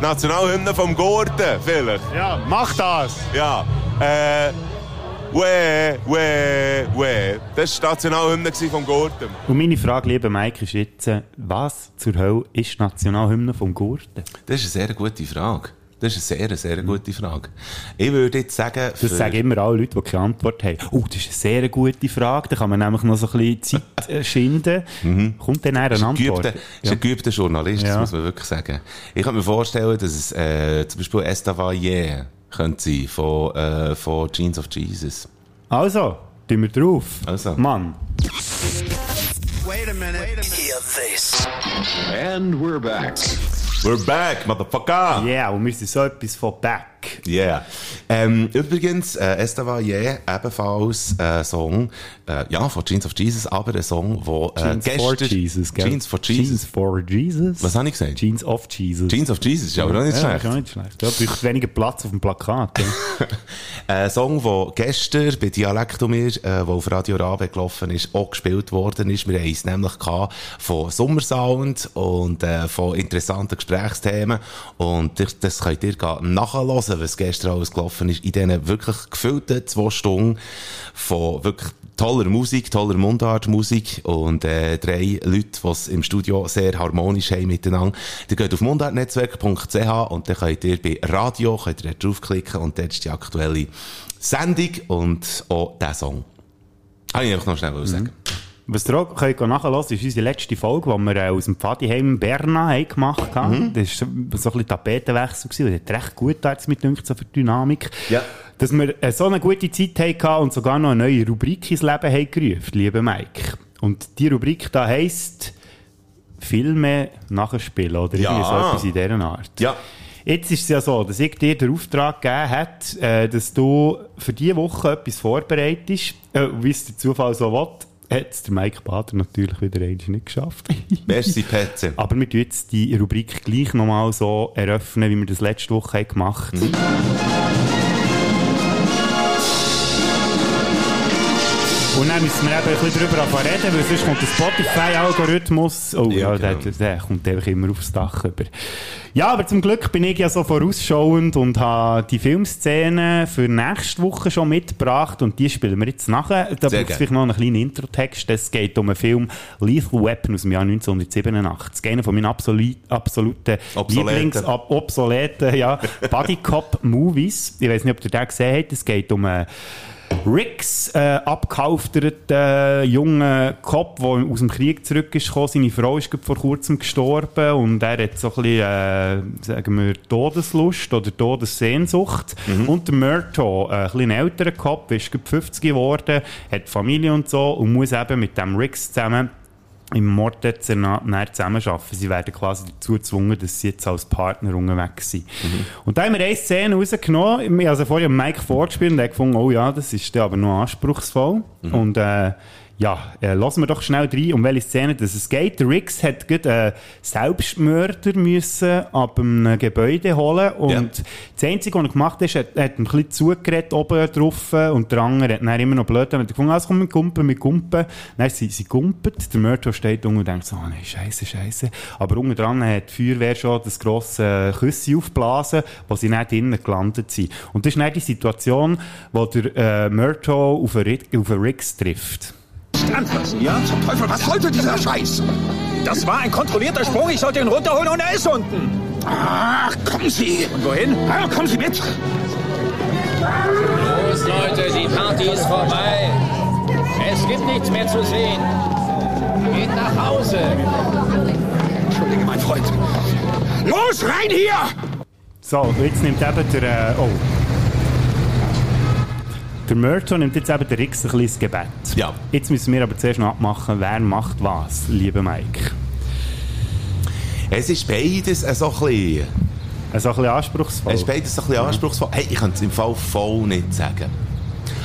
I: Nationalhymne vom Gurten, vielleicht.
A: Ja, mach das.
I: Ja. Äh, we, we, we. Das war die Nationalhymne gewesen vom Gurten.
D: Und meine Frage, lieber Mike, ist jetzt, äh, was zur Hölle ist die Nationalhymne vom Gurten?
B: Das ist eine sehr gute Frage. Das ist eine sehr,
I: Mhm.
B: sehr gute Frage. Ich würde jetzt sagen, für,
D: Das sagen immer alle Leute, die keine Antwort haben. Oh, das ist eine sehr gute Frage. Da kann man nämlich noch so ein bisschen Zeit äh, schinden. Kommt dann eher eine
B: ein
D: Antwort?
B: geübter, Mhm. ist ein geübter Journalist,
D: Ja.
B: das muss man wirklich sagen. Ich könnte mir vorstellen, dass es äh, zum Beispiel Estavayer könnte sein von, äh, von Jeans of Jesus.
D: Also, tun wir drauf.
B: Also.
D: Mann.
E: And we're back.
B: We're back, motherfucker!
D: Yeah, und wir sind so etwas von back.
B: Yeah. Ähm, übrigens, äh, Estava Yeah, ebenfalls äh, Song, äh, ja, von Jeans of Jesus, aber ein Song, wo äh,
D: Jeans for Jesus, gell?
B: Jeans for Jesus.
D: Jeans for Jesus.
B: Was habe ich gesagt?
D: Jeans of Jesus.
B: Jeans of Jesus ist aber auch nicht
D: ja,
B: schlecht.
D: ist auch nicht schlecht. Ja, braucht weniger Platz auf dem Plakat. Ja.
B: Ein Song, der gestern bei Dialektomir, äh, der auf Radio Rabe gelaufen ist, auch gespielt worden ist. Wir haben es nämlich gehabt von Sommersound und äh, von interessanten Gesprächsthemen. Und das, das könnt ihr gerade nachhören, was gestern alles gelaufen ist, in diesen wirklich gefüllten zwei Stunden von wirklich toller Musik, toller Mundartmusik und äh, drei Leute, die es im Studio sehr harmonisch haben miteinander. Ihr geht auf mundartnetzwerk.ch und dann könnt ihr bei Radio könnt ihr dort draufklicken und dort ist die aktuelle Sendung und auch der Song. Habe ich einfach noch schnell sagen.
D: Was ihr auch könnt nachhören könnt, ist unsere letzte Folge, die wir äh, aus dem Pfadiheim Berna haben gemacht haben.
B: Mhm.
D: Das war so ein bisschen Tapetenwechsel. gewesen. Und Das hat recht gut getan, mit dünkt, so für die Dynamik.
B: Ja.
D: Dass wir äh, so eine gute Zeit hatten und sogar noch eine neue Rubrik ins Leben haben gerufen, lieber Mike. Und die Rubrik da heisst Filme nachspielen oder irgendwie
B: Ja.
D: so etwas in dieser Art.
B: Ja.
D: Jetzt ist es ja so, dass ich dir den Auftrag gegeben hat, äh, dass du für diese Woche etwas vorbereitest. Äh, Wie es der Zufall so will, hat es der Mike Bader natürlich wieder einmal nicht geschafft.
B: Merci, Petze.
D: Aber wir tun jetzt die Rubrik gleich nochmal so eröffnen, wie wir das letzte Woche haben gemacht haben. Und dann müssen wir eben ein bisschen darüber anfangen reden, weil sonst kommt der Spotify-Algorithmus. Oh ja,
B: Ja,
D: der,
B: genau.
D: der kommt einfach immer aufs Dach über. Ja, aber zum Glück bin ich ja so vorausschauend und habe die Filmszene für nächste Woche schon mitgebracht und die spielen wir jetzt nachher. Da
B: Sehr
D: braucht es
B: gerne.
D: vielleicht noch einen kleinen Introtext. Es geht um einen Film Lethal Weapon aus dem Jahr 1987. Einer von meinen absoli- absoluten
B: Obsoleten.
D: Lieblings- ab- obsoleten ja, Bodycop-Movies. Ich weiß nicht, ob ihr den gesehen habt. Es geht um einen Ricks, äh, abgehalfterter äh, junger Cop, der aus dem Krieg zurück ist gekommen. Seine Frau ist gerade vor kurzem gestorben und er hat so ein bisschen, äh, sagen wir, Todeslust oder Todessehnsucht. Und der Murto, äh, ein bisschen älterer Cop, ist gerade 50 geworden, hat Familie und so und muss eben mit dem Ricks zusammen im Morddezernat näher zusammenarbeiten. Sie werden quasi dazu gezwungen, dass sie jetzt als Partner unterwegs sind. Und da haben wir eine Szene rausgenommen. Ich habe also vorher Mike vorgespielt und er hat gefunden, oh ja, das ist dann aber noch anspruchsvoll. Und äh, ja, äh, lassen wir doch schnell rein, um welche Szene dass es geht. Der Rix hat gerade einen Selbstmörder müssen ab einem Gebäude holen und
B: Ja.
D: das Einzige, was er gemacht hat, ist, er er hat ein bisschen zugeredet oben drauf äh, und der andere hat dann immer noch blöd damit gefunden, alles kommt mit Gumpen, mit Gumpen. Dann sie, sie gumpet, der Mörder steht unten und denkt so, ah nein, scheiße, scheiße. Aber unten dran hat die Feuerwehr schon das grosse äh, Küsse aufgeblasen, wo sie nicht drinnen gelandet sind. Und das ist dann die Situation, wo der äh, Mörder auf einen Ri- auf einen Rix trifft.
J: Anfassen, ja? Zum Teufel, was sollte dieser Scheiß? Das war ein kontrollierter Sprung. Ich sollte ihn runterholen und er ist unten. Ach, kommen Sie. Und wohin? Ah, kommen Sie mit.
K: Los, Leute, die Party ist vorbei. Es gibt nichts mehr zu sehen. Geht nach Hause.
J: Entschuldige, mein Freund. Los, rein hier!
D: So, jetzt nimmt eben der. Äh, oh. Der Mörto nimmt jetzt eben der Rix ein bisschen ins Gebet.
B: Ja.
D: Jetzt müssen wir aber zuerst noch abmachen, wer macht was, lieber Mike.
B: Es ist beides äh, so ein bisschen...
D: Also ein bisschen anspruchsvoll.
B: Es ist beides so ein bisschen anspruchsvoll. Hey, ich kann es im Fall voll nicht sagen.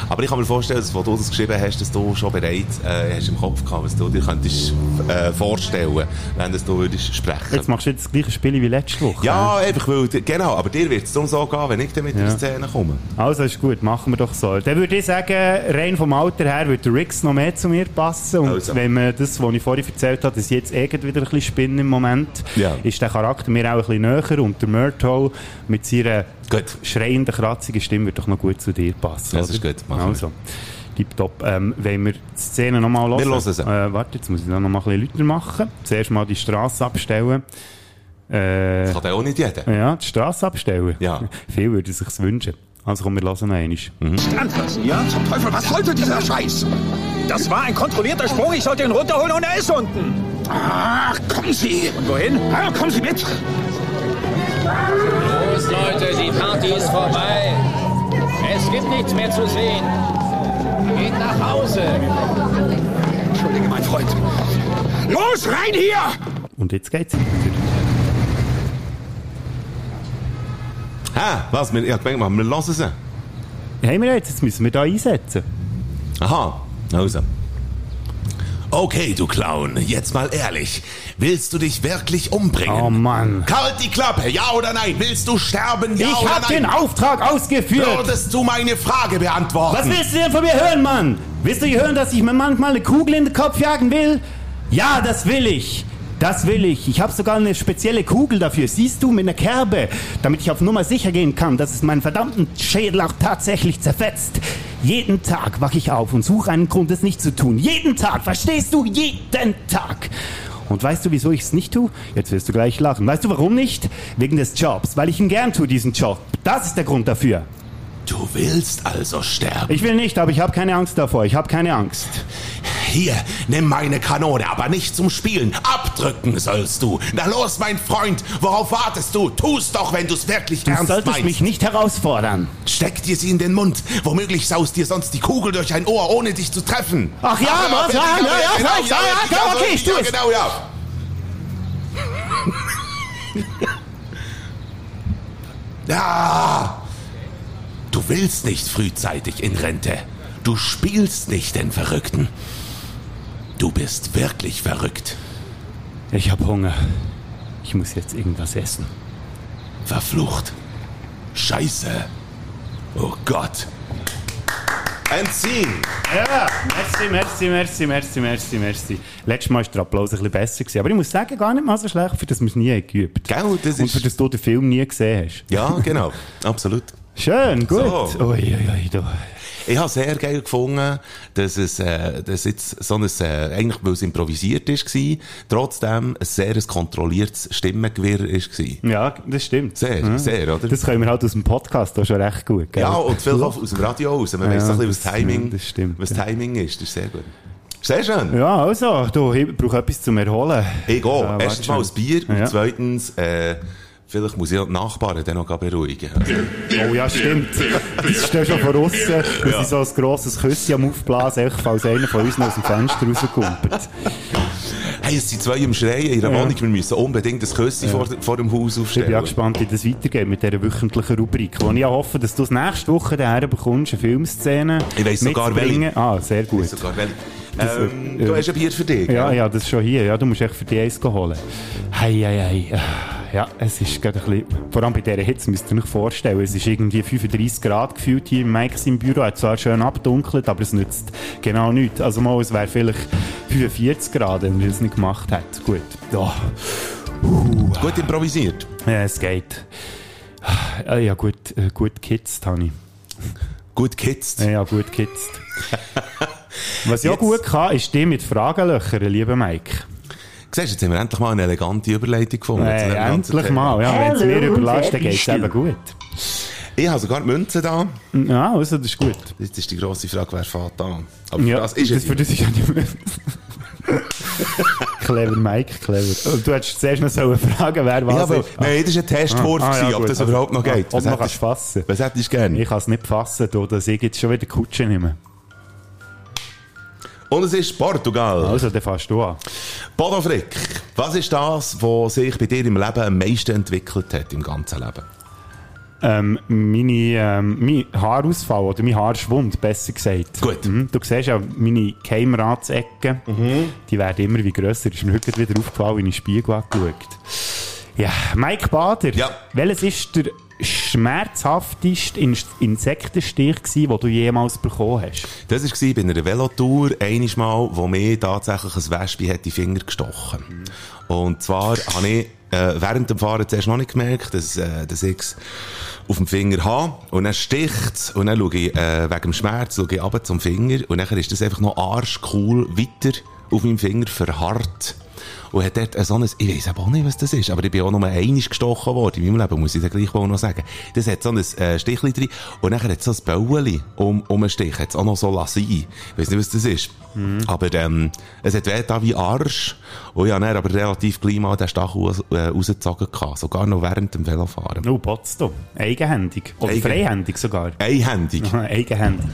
B: Aber ich kann mir vorstellen, dass, als du das geschrieben hast, dass du schon bereits äh, hast im Kopf gehabt, was du dir könntest, äh, vorstellen wenn das du würdest sprechen
D: Jetzt machst du jetzt das gleiche Spiel wie letzte Woche.
B: Ja, einfach weil, genau, aber dir wird es darum so gehen, wenn ich dann mit
D: Ja.
B: der Szene komme.
D: Also ist gut, machen wir doch so. Dann würde ich sagen, rein vom Alter her würde der Rix noch mehr zu mir passen. Und
B: Also.
D: wenn man das, was ich vorhin erzählt habe, dass ich jetzt irgendwie wieder ein bisschen spinne im Moment,
B: Ja.
D: ist der Charakter mir auch ein bisschen näher. Und der Myrtle mit seiner
B: Gut.
D: schreienden, kratzigen Stimme wird doch noch gut zu dir passen.
B: Das ist
D: oder?
B: gut, machen wir.
D: Also, tipptopp. Ähm, wenn wir die Szene nochmal hören.
B: Wir hören sie.
D: Äh, warte, jetzt muss ich da nochmal ein bisschen Leute machen. Zuerst mal die Straße abstellen. Äh,
B: Das kann dann auch nicht jeder.
D: ja, die Straße abstellen.
B: Ja.
D: Viele würden sich's wünschen. Also komm, wir lassen noch einmal.
J: Anfassen, ja? Zum Teufel, was sollte dieser Scheiß? Das war ein kontrollierter Sprung. Ich sollte ihn runterholen und er ist unten. Ach, kommen Sie. Und wohin? Ah, kommen Sie mit.
K: Los, Leute, die Party ist vorbei. Es gibt nichts mehr zu sehen. Geht nach Hause.
J: Entschuldige, mein Freund. Los, rein hier!
D: Und jetzt geht's weiter.
B: Hä? Was? Wir, ich hab gemerkt, wir lassen sie.
D: Haben wir jetzt, jetzt müssen wir da einsetzen.
B: Aha, also. Okay, du Clown, jetzt mal ehrlich. Willst du dich wirklich umbringen?
D: Oh Mann.
B: Kalt die Klappe, ja oder nein? Willst du sterben, ja
D: ich
B: oder
D: hab
B: nein?
D: den Auftrag ausgeführt.
B: Würdest du meine Frage beantworten?
D: Was willst du denn von mir hören, Mann? Willst du hören, dass ich mir manchmal eine Kugel in den Kopf jagen will? Ja, das will ich. Das will ich. Ich habe sogar eine spezielle Kugel dafür. Siehst du, mit einer Kerbe. Damit ich auf Nummer sicher gehen kann, dass es meinen verdammten Schädel auch tatsächlich zerfetzt. Jeden Tag wach ich auf und suche einen Grund, es nicht zu tun. Jeden Tag, verstehst du? Jeden Tag. Und weißt du, wieso ich es nicht tue? Jetzt wirst du gleich lachen. Weißt du, warum nicht? Wegen des Jobs. Weil ich ihn gern tue, diesen Job. Das ist der Grund dafür.
B: Du willst also sterben.
D: Ich will nicht, aber ich habe keine Angst davor. Ich habe keine Angst.
B: Hier, nimm meine Kanone, aber nicht zum Spielen. Abdrücken sollst du. Na los, mein Freund, worauf wartest du? Tu's doch, wenn du's wirklich
D: Du
B: ernst
D: solltest
B: meinst.
D: mich nicht herausfordern.
B: Steck dir sie in den Mund. Womöglich saust dir sonst die Kugel durch ein Ohr, ohne dich zu treffen.
D: Ach ja,
B: Aber
D: was?
B: fertig,
D: Ja,
B: aber
D: ja, ja,
B: genau,
D: ja, ja,
B: richtig,
D: ja,
B: also,
D: okay, ich tu
B: ja,
D: es.
B: Genau, ja. Ja. Du willst nicht frühzeitig in Rente. Du spielst nicht den Verrückten. Du bist wirklich verrückt.
D: Ich habe Hunger. Ich muss jetzt irgendwas essen.
B: Verflucht. Scheiße. Oh Gott. Entziehen.
D: Ja, merci, merci, merci, merci, merci, merci. Letztes Mal war der Applaus ein bisschen besser. Gewesen. Aber ich muss sagen, gar nicht mal so schlecht, für das wir es nie geübt haben.
B: Gell, das
D: Und für
B: ist...
D: das du den Film nie gesehen hast.
B: Ja, genau. Absolut.
D: Schön, gut.
B: So.
D: Uiuiui, du.
B: Ich habe sehr geil gefunden, dass es, äh, dass jetzt so ein, äh, eigentlich, weil es improvisiert ist, war, trotzdem ein sehr ein kontrolliertes Stimmengewirr ist.
D: Ja, das stimmt.
B: Sehr,
D: Ja.
B: sehr, oder?
D: Mhm. Das können wir halt aus dem Podcast auch schon recht gut. Gell?
B: Ja, und viel auch aus dem Radio raus. Man
D: Ja,
B: weiss noch ein bisschen, was
D: das-
B: Timing,
D: das stimmt,
B: was Timing ist. Das ist sehr gut. Sehr schön.
D: Ja, also, du, ich brauche etwas zum Erholen.
B: Ich gehe.
D: Ja,
B: Erstens
D: warte
B: mal ein Bier und
D: Ja.
B: zweitens, äh, vielleicht muss ich auch die Nachbarn dann noch beruhigen.
D: Oh ja, stimmt. Das ist ja schon von außen. Das
B: Ja.
D: ist so ein grosses Küsschen am Aufblasen, echt, falls einer von uns noch aus dem Fenster rauskumpelt.
B: Hey, es sind zwei im Schreien in der
D: Ja.
B: Wohnung. Wir müssen unbedingt das Küsschen
D: Ja.
B: vor, vor dem
D: Ich
B: Haus
D: bin auch
B: aufstellen.
D: gespannt, wie das weitergeht mit dieser wöchentlichen Rubrik, wo ich auch hoffe, dass du es nächste Woche daher bekommst, eine Filmszene
B: Ich weiss sogar
D: mitzubringen.
B: welche.
D: Ah, sehr gut.
B: Sogar, weil,
D: Das-
B: ähm,
D: äh,
B: du hast ein Bier für dich.
D: Ja,
B: gell?
D: ja, das ist schon hier. Ja, du musst echt für die Eis holen. Hei, hei, hei. Ja, es ist gerade ein bisschen... Vor allem bei dieser Hitze müsst ihr euch vorstellen, es ist irgendwie 35 Grad gefühlt hier im Mike's im Büro. Hat zwar schön abdunkelt, aber es nützt genau nichts. Also mal, es wäre vielleicht 45 Grad, wenn wir es nicht gemacht hätten. Gut. Ja.
B: Gut improvisiert.
D: Ja, es geht. Ah, Ja, gut, äh, gut gekitzt habe ich.
B: Gut gekitzt?
D: Ja, gut gekitzt. Was ich auch
B: Jetzt-
D: gut kann, ist die mit Fragenlöchern, lieber Mike.
B: Siehst du, jetzt haben wir endlich mal eine elegante Überleitung gefunden. zu
D: Hey,
B: dem ganzen
D: Äh, endlich
B: Thema.
D: mal, ja. Wenn es mir überlasst, dann geht es eben gut.
B: Ich habe sogar die Münze da.
D: Ja, also das ist gut.
B: Jetzt ist die grosse Frage, wer fährt da? Aber
D: ja,
B: das ist
D: das
B: es.
D: für das ist ja nicht mehr. clever, Mike, clever. Und Du hättest zuerst noch sollen fragen, wer was
B: Ja, aber-
D: ist. Ah,
B: nein, das war ein Testwurf gewesen, ob
D: gut. Also, ah,
B: das überhaupt noch geht.
D: Ob
B: Was
D: man
B: hättest-
D: es fassen
B: Was hättest du gerne?
D: Ich kann es nicht fassen, du, dass ich jetzt schon wieder Kutsche nehme.
B: Und es ist Portugal.
D: Also, dann fährst du an.
B: Bodo Frick, was ist das, was sich bei dir im Leben am meisten entwickelt hat, im ganzen Leben?
D: Ähm, meine, ähm, mein Haarausfall oder mein Haarschwund, besser gesagt.
B: Gut.
D: Mhm. Du siehst ja meine Keimratsecken,
B: Mhm.
D: die werden immer wie grösser. Ist mir heute gerade wieder aufgefallen, wenn ich in den Spiegel angeschaut Ja, Mike Bader, welches ist der schmerzhafteste In Insektenstich gewesen, den du jemals bekommen hast?
B: Das war bei einer Velotour, einiges Mal, wo mir tatsächlich ein Wespe hat in die Finger gestochen Und zwar habe ich äh, während dem Fahren zuerst noch nicht gemerkt, dass, äh, dass ich es auf dem Finger habe. Und dann sticht es. Und dann schaue ich äh, wegen dem Schmerz schaue ich runter zum Finger. Und dann ist das einfach noch arschcool weiter auf meinem Finger verharrt. Und hat dort so ein, ich weiss aber auch nicht, was das ist, aber ich bin auch nur einmal gestochen worden in meinem Leben, muss ich dir gleich wohl noch sagen. Das hat so ein äh, Stichli drin und nachher hat es so ein Bäueli um, um einen Stich, hat es auch noch so lassen. Ich weiss nicht, was das ist. Aber ähm, es hat weh da wie Arsch. Und ich habe dann aber relativ gleich mal den Stachel raus, äh, rausgezogen, gehabt, sogar noch während dem Velofahren.
D: Oh, Potsdam. Eigenhändig. Oder
B: Eigen-
D: freihändig sogar.
B: Einhändig.
D: Eigenhändig.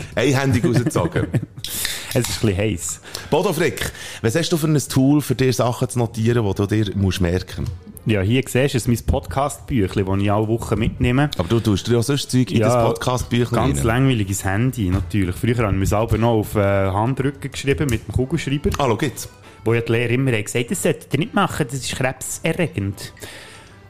B: Einhändig rausgezogen.
D: es ist ein bisschen heiß.
B: Bodo Frick, was hast du für ein Tool, für dir Sachen zu notieren, die du dir musst merken musst?
D: Ja, hier siehst du es, mein Podcast-Büchlein, das ich alle Woche mitnehme.
B: Aber du tust dir auch sonst Zeug in das Podcast-Büchlein
D: Ganz
B: rein.
D: langweiliges Handy, natürlich. Früher haben wir selber noch auf äh, Handrücken geschrieben mit dem Kugelschreiber.
B: Hallo, geht's?
D: Wo ja die Lehrer immer haben gesagt das solltet ihr nicht machen, das ist krebserregend.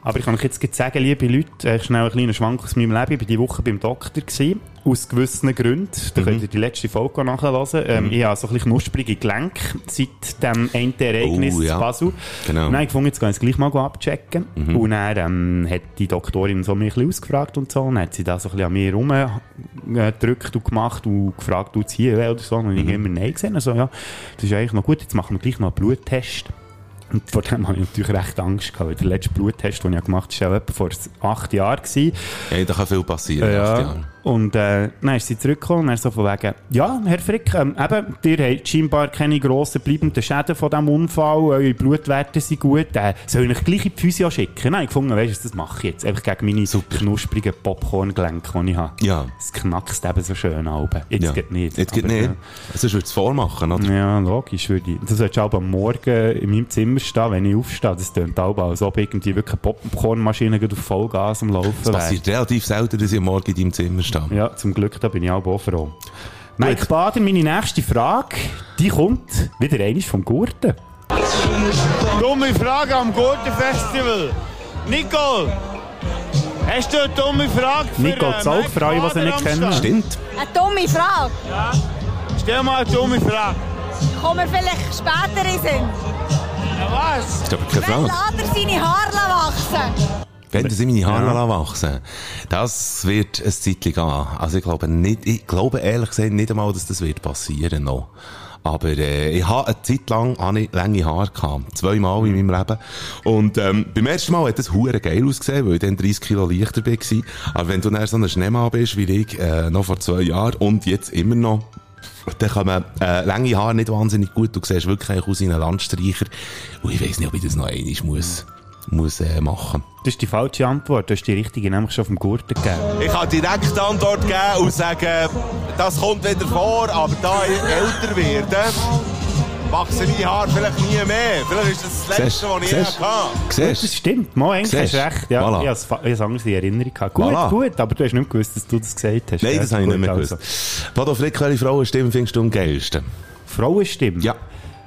D: Aber ich kann euch jetzt gerade sagen, liebe Leute, äh, schnell einen kleinen Schwank aus meinem Leben. Ich war diese Woche beim Doktor, gewesen, aus gewissen Gründen. Da
B: Mhm.
D: könnt ihr die letzte Folge nachlesen. Ähm, Ich habe so ein bisschen knusprige Gelenke seit dem einen Ereignis
B: Oh, ja.
D: in Basel.
B: Genau.
D: Nein, gefunden, jetzt gehe ich es gleich mal abchecken.
B: Mhm.
D: Und dann ähm, hat die Doktorin so mich ein bisschen ausgefragt und so. Und hat sie da so ein bisschen an mir rumgedrückt und gemacht und gefragt, tut es hier weh oder so. Und ich
B: Mhm.
D: immer Nein gesehen. Also, ja, das ist eigentlich noch gut. Jetzt machen wir gleich noch einen Bluttest. Und vor dem habe ich natürlich recht Angst gehabt, weil der letzte Bluttest, den ich gemacht habe, war etwa vor acht Jahren. gewesen.
B: Ja, da kann viel passieren. in acht Jahren.
D: Und äh, dann ist sie zurückgekommen und er so von wegen, ja, Herr Frick, ähm, eben, ihr habt scheinbar keine grossen bleibenden Schäden von diesem Unfall, eure Blutwerte sind gut, äh, soll ich euch gleich in die Physio schicken? Nein, ich gefunden, weißt du, das mache ich jetzt. Einfach gegen meine knusprigen Popcorn-Gelenke, die ich habe.
B: Ja.
D: Es knackst eben so schön oben. Jetzt
B: Ja.
D: geht nicht.
B: Jetzt geht
D: Aber,
B: nicht.
D: ja.
B: Sonst würdest du es vormachen, oder?
D: Ja, logisch würde ich. Du solltest auch am Morgen in meinem Zimmer stehen, wenn ich aufstehe. Das tönt auch, als ob irgendwie wirklich eine Popcornmaschine gerade auf Vollgas am Laufen
B: Es
D: wäre.
B: passiert relativ selten, dass ich am morgen in deinem Zimmer stehe.
D: Ja, zum Glück, da bin ich auch froh. Mike Bader, meine nächste Frage, die kommt wieder einmal vom Gurten.
A: Dumme Frage am Gurtenfestival. Nicole, hast du eine dumme Frage für
D: Nicole
A: äh,
D: Zaug,
A: Mike
D: für alle, die sie
A: Bader
D: nicht
A: am
D: kennen.
A: Start?
B: Stimmt.
L: Eine dumme Frage.
A: Stell mal eine dumme Frage.
L: Kommen wir vielleicht später in den Sinn.
A: Ja, was?
B: Das ist aber keine
L: Wenn
B: Frage.
L: lässt er seine Haare wachsen?
B: Wenn sie meine Haare ja. wachsen das wird ein Zeitchen gehen. Also ich glaube nicht, ich glaube ehrlich gesagt nicht einmal, dass das wird passieren noch. Aber äh, ich habe eine Zeit lang habe ich lange Haare gehabt. Zweimal in meinem Leben. Und ähm, beim ersten Mal hat das hure geil ausgesehen, weil ich dann 30 Kilo leichter war. Aber wenn du dann so ein Schneemann bist, wie ich äh, noch vor zwei Jahren und jetzt immer noch, dann kommen äh, lange Haare nicht wahnsinnig gut. Du siehst wirklich eigentlich aus wie ein Landstreicher. Und ich weiss nicht, ob ich das noch einmal muss, muss äh, machen.
D: Das ist die falsche Antwort. Du hast die richtige nämlich schon auf dem Gurten gegeben.
I: Ich kann direkt Antwort geben und sagen, das kommt wieder vor, aber da ich älter werde, wachsen meine Haare vielleicht nie mehr. Vielleicht ist das das Letzte, was ich je
D: Siehst-
I: hatte.
D: Gut, Das stimmt. Mal, eigentlich hast
B: Siehst?
D: du recht. Ja,
B: Voilà.
D: Ich hab's fa- ich hab's anders in Erinnerung gehabt. Gut,
B: Voilà.
D: gut, aber du hast nicht gewusst, dass du das gesagt hast.
B: Nein,
D: Ja,
B: das habe ich
D: gut,
B: nicht mehr
D: also.
B: gewusst. Bodo Flick, welche Frauenstimme findest du am geilsten?
D: Frauenstimmen?
B: Ja.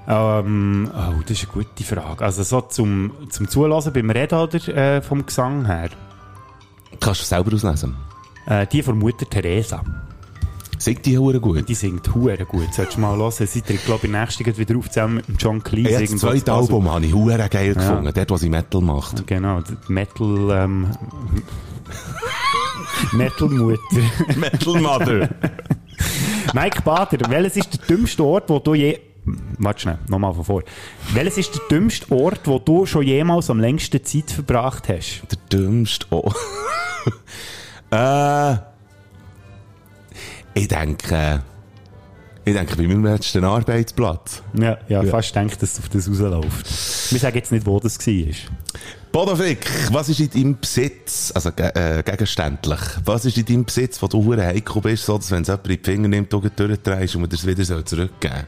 D: Ähm, oh, das ist eine gute Frage. Also so zum, zum Zulassen beim Reden oder äh, vom Gesang her?
B: Kannst du selber auslesen?
D: Äh, die von Mutter Teresa.
B: Singt die hure gut?
D: Die singt hure gut. Solltest du mal hören. Sie tritt, glaube ich, nächstes Jahr wieder auf, zusammen mit dem John Cleese.
B: Jetzt das
D: irgendwo
B: zweite
D: zu Basel.
B: Album habe ich hure geil
D: Ja.
B: gefunden. Dort, was sie Metal macht.
D: Genau, die Metal... Ähm, Metal-Mutter.
B: Metal-Mother.
D: Mike Bader, welches ist der dümmste Ort, wo du je... Warte schnell, nochmal von vor. Welches ist der dümmste Ort, wo du schon jemals am längsten Zeit verbracht hast?
B: Der dümmste Ort? äh, ich denke, ich denke bei meinem letzten Arbeitsplatz.
D: Ja, ja,
B: Ja.
D: fast denkt, dass es auf das rausläuft. Wir sagen jetzt nicht, wo das war.
B: Bodo Frick, was ist in deinem Besitz, also ge äh, gegenständlich, was ist in deinem Besitz, wo du hure heikel bist, so dass wenn es jemand in die Finger nimmt, du gleich durchdrehst und mir das wieder soll zurückgeben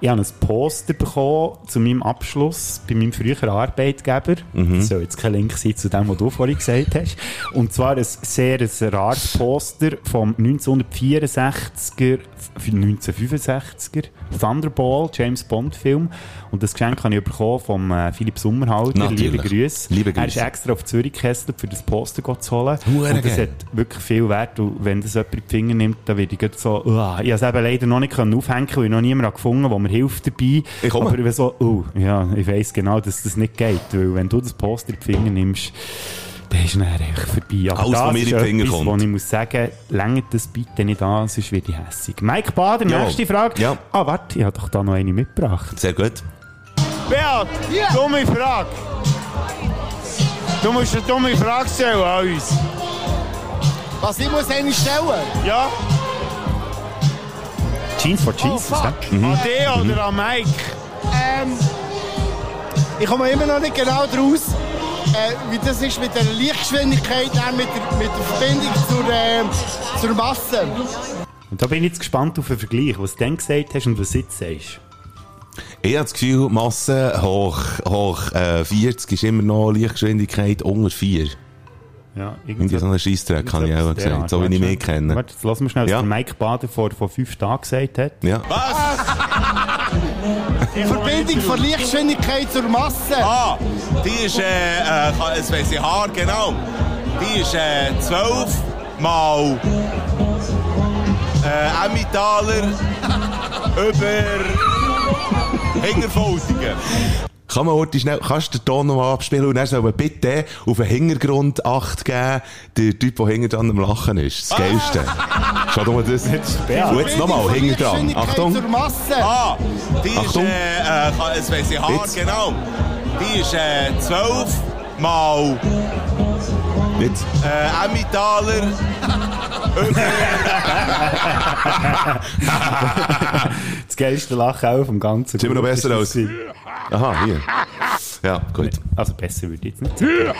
D: Ich habe ein Poster bekommen zu meinem Abschluss bei meinem früheren Arbeitgeber.
B: Mhm.
D: Das soll jetzt kein Link sein zu dem, was du vorhin gesagt hast. Und zwar ein sehr ein rares Poster vom 1964er, 1965er Thunderball, James Bond Film. Und das Geschenk habe ich bekommen von äh, Philipp Sommerhalter. Liebe
B: Natürlich.
D: Grüße.
B: Liebe
D: Er ist
B: Grüße.
D: extra auf Zürich gekesselt, für das Poster zu holen.
B: Hure
D: Und das
B: geil.
D: hat wirklich viel wert. Und wenn das jemand in die Finger nimmt, dann werde ich gleich so, uah. ich habe es eben leider noch nicht können aufhängen, weil ich noch niemanden habe gefunden habe, der mir hilft dabei.
B: Ich komme.
D: Aber ich bin so, oh, ja, ich weiss genau, dass das nicht geht. Weil wenn du das Poster in die Finger nimmst, dann ist es dann echt vorbei. Aber
B: Alles,
D: das
B: was mir
D: ist
B: in die Finger
D: etwas,
B: kommt.
D: wo ich muss sagen, längert das bitte nicht an, sonst werde ich hässig. Mike Bader,
B: Jawohl.
D: nächste Frage.
B: Ja.
D: Ah, warte, ich habe doch da noch eine mitgebracht.
B: Sehr gut.
A: Beat, dumme Frage. Du musst eine dumme Frage stellen an uns.
C: Was ich muss eine stellen?
A: Ja,
D: Jeans for Jesus, ja? Mhm.
A: an dich oder an Mike?
C: Ähm, ich komme immer noch nicht genau draus, äh, wie das ist mit der Lichtgeschwindigkeit, dann mit der, mit der Verbindung zur, ähm, zur Masse.
D: Und da bin ich jetzt gespannt auf den Vergleich, was du dann gesagt hast und was du jetzt sagst.
B: Ich habe das Gefühl, Masse hoch, hoch äh, 40 ist immer noch Lichtgeschwindigkeit unter 4.
D: Ja,
B: Irgendwie so einen Scheissdreck kann ich auch gesagt, so wie ich mich kenne.
D: Warte, jetzt lassen wir schnell, was
B: Ja.
D: der Mike Bader vor, vor fünf Tagen gesagt hat.
B: Ja.
C: Die Verbindung von Lichtgeschwindigkeit zur Masse.
I: Ah, die ist, äh, äh, das weiss ich hart genau. Die ist äh, 12 mal äh, Emmentaler über Hingerfoltigen.
B: Kann man heute schnell, kannst du den Ton nochmal abspielen und dann soll man bitte auf den Hintergrund Acht geben, der Typ, der hinter dran am Lachen ist. Das Geilste. Schau doch mal das. Und Ah! jetzt nochmal, hinter dran. Achtung.
C: Zur Masse.
I: Ah, die ist,
B: Achtung.
I: äh, äh, das weiss ich hart
B: Jetzt.
I: genau. Die ist äh, 12 mal
B: Jetzt.
I: äh, Emmentaler
D: das geilste Lachen auch vom ganzen
B: Sieht immer noch
D: Grupp
B: besser
D: ist
B: aus.
D: das gewesen.
B: Aha, hier. Ja, gut.
D: Also besser würde ich jetzt nicht sagen.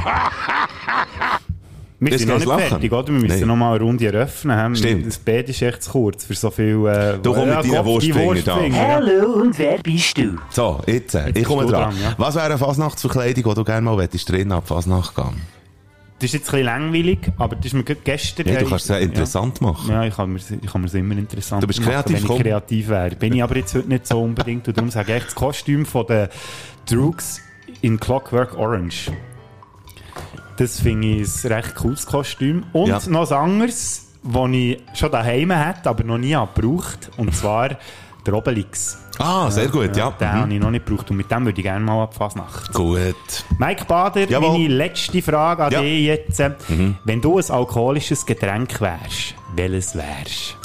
D: Wir
B: Jetzt
D: sind noch
B: geht's
D: nicht
B: lachen.
D: fertig, oder? Wir müssen
B: Nein.
D: noch mal eine Runde eröffnen. haben.
B: Stimmt.
D: Das Bett ist echt zu kurz für so viel... Äh,
B: Du komm mit
D: ja,
B: deinen
D: Gott, die
B: Wurstfingern da.
D: Wurstfinger, ja.
M: und wer bist du?
B: So, jetzt, äh, ich komme
D: bist du
B: dran.
D: dran, ja.
B: Was wäre eine Fasnachtsverkleidung, die du gerne mal wettisch drin ab Fasnacht gehen?
D: Das ist jetzt ein bisschen langweilig, aber das ist mir gerade gestern...
B: Ja, du
D: äh,
B: kannst es ja interessant machen.
D: Ja, ich kann mir, ich kann mir's immer interessant
B: Du bist
D: machen,
B: kreativ,
D: wenn ich
B: komm.
D: kreativ wäre. Bin ich aber jetzt heute nicht so unbedingt. Und darum sage ich, das Kostüm von den Drugs in Clockwork Orange. Das finde ich ein recht cooles Kostüm. Und
B: Ja.
D: noch ein anderes, das ich schon daheim hatte, aber noch nie habe gebraucht. Und zwar Der Obelix.
B: Ah, sehr gut, ja.
D: Den
B: Mhm.
D: habe ich noch nicht gebraucht und mit dem würde ich gerne mal ab Fasnacht.
B: Gut.
D: Mike Bader,
B: Jawohl.
D: meine letzte Frage an
B: Ja.
D: dich jetzt.
B: Mhm.
D: Wenn du ein alkoholisches Getränk wärst, welches wärst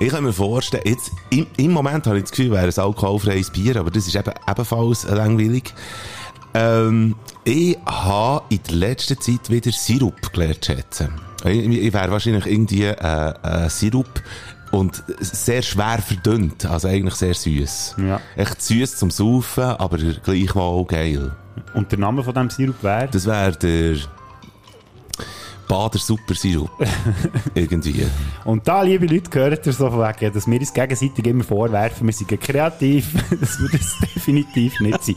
B: Ich kann mir vorstellen, jetzt, im, im Moment habe ich das Gefühl, wäre es alkoholfreies Bier, aber das ist eben, ebenfalls langweilig. Ähm, ich habe in der letzten Zeit wieder Sirup gelernt zu schätzen. Ich, ich wäre wahrscheinlich irgendwie äh, äh, Sirup und sehr schwer verdünnt, also eigentlich sehr süß.
D: Ja.
B: Echt süß zum Saufen, aber gleichwohl geil.
D: Und der Name von diesem Sirup wäre?
B: Das wäre der Bader Super Sirup. irgendwie.
D: Und da, liebe Leute, gehört ihr so von wegen, dass wir uns gegenseitig immer vorwerfen, wir sind kreativ, das würde es definitiv nicht sein.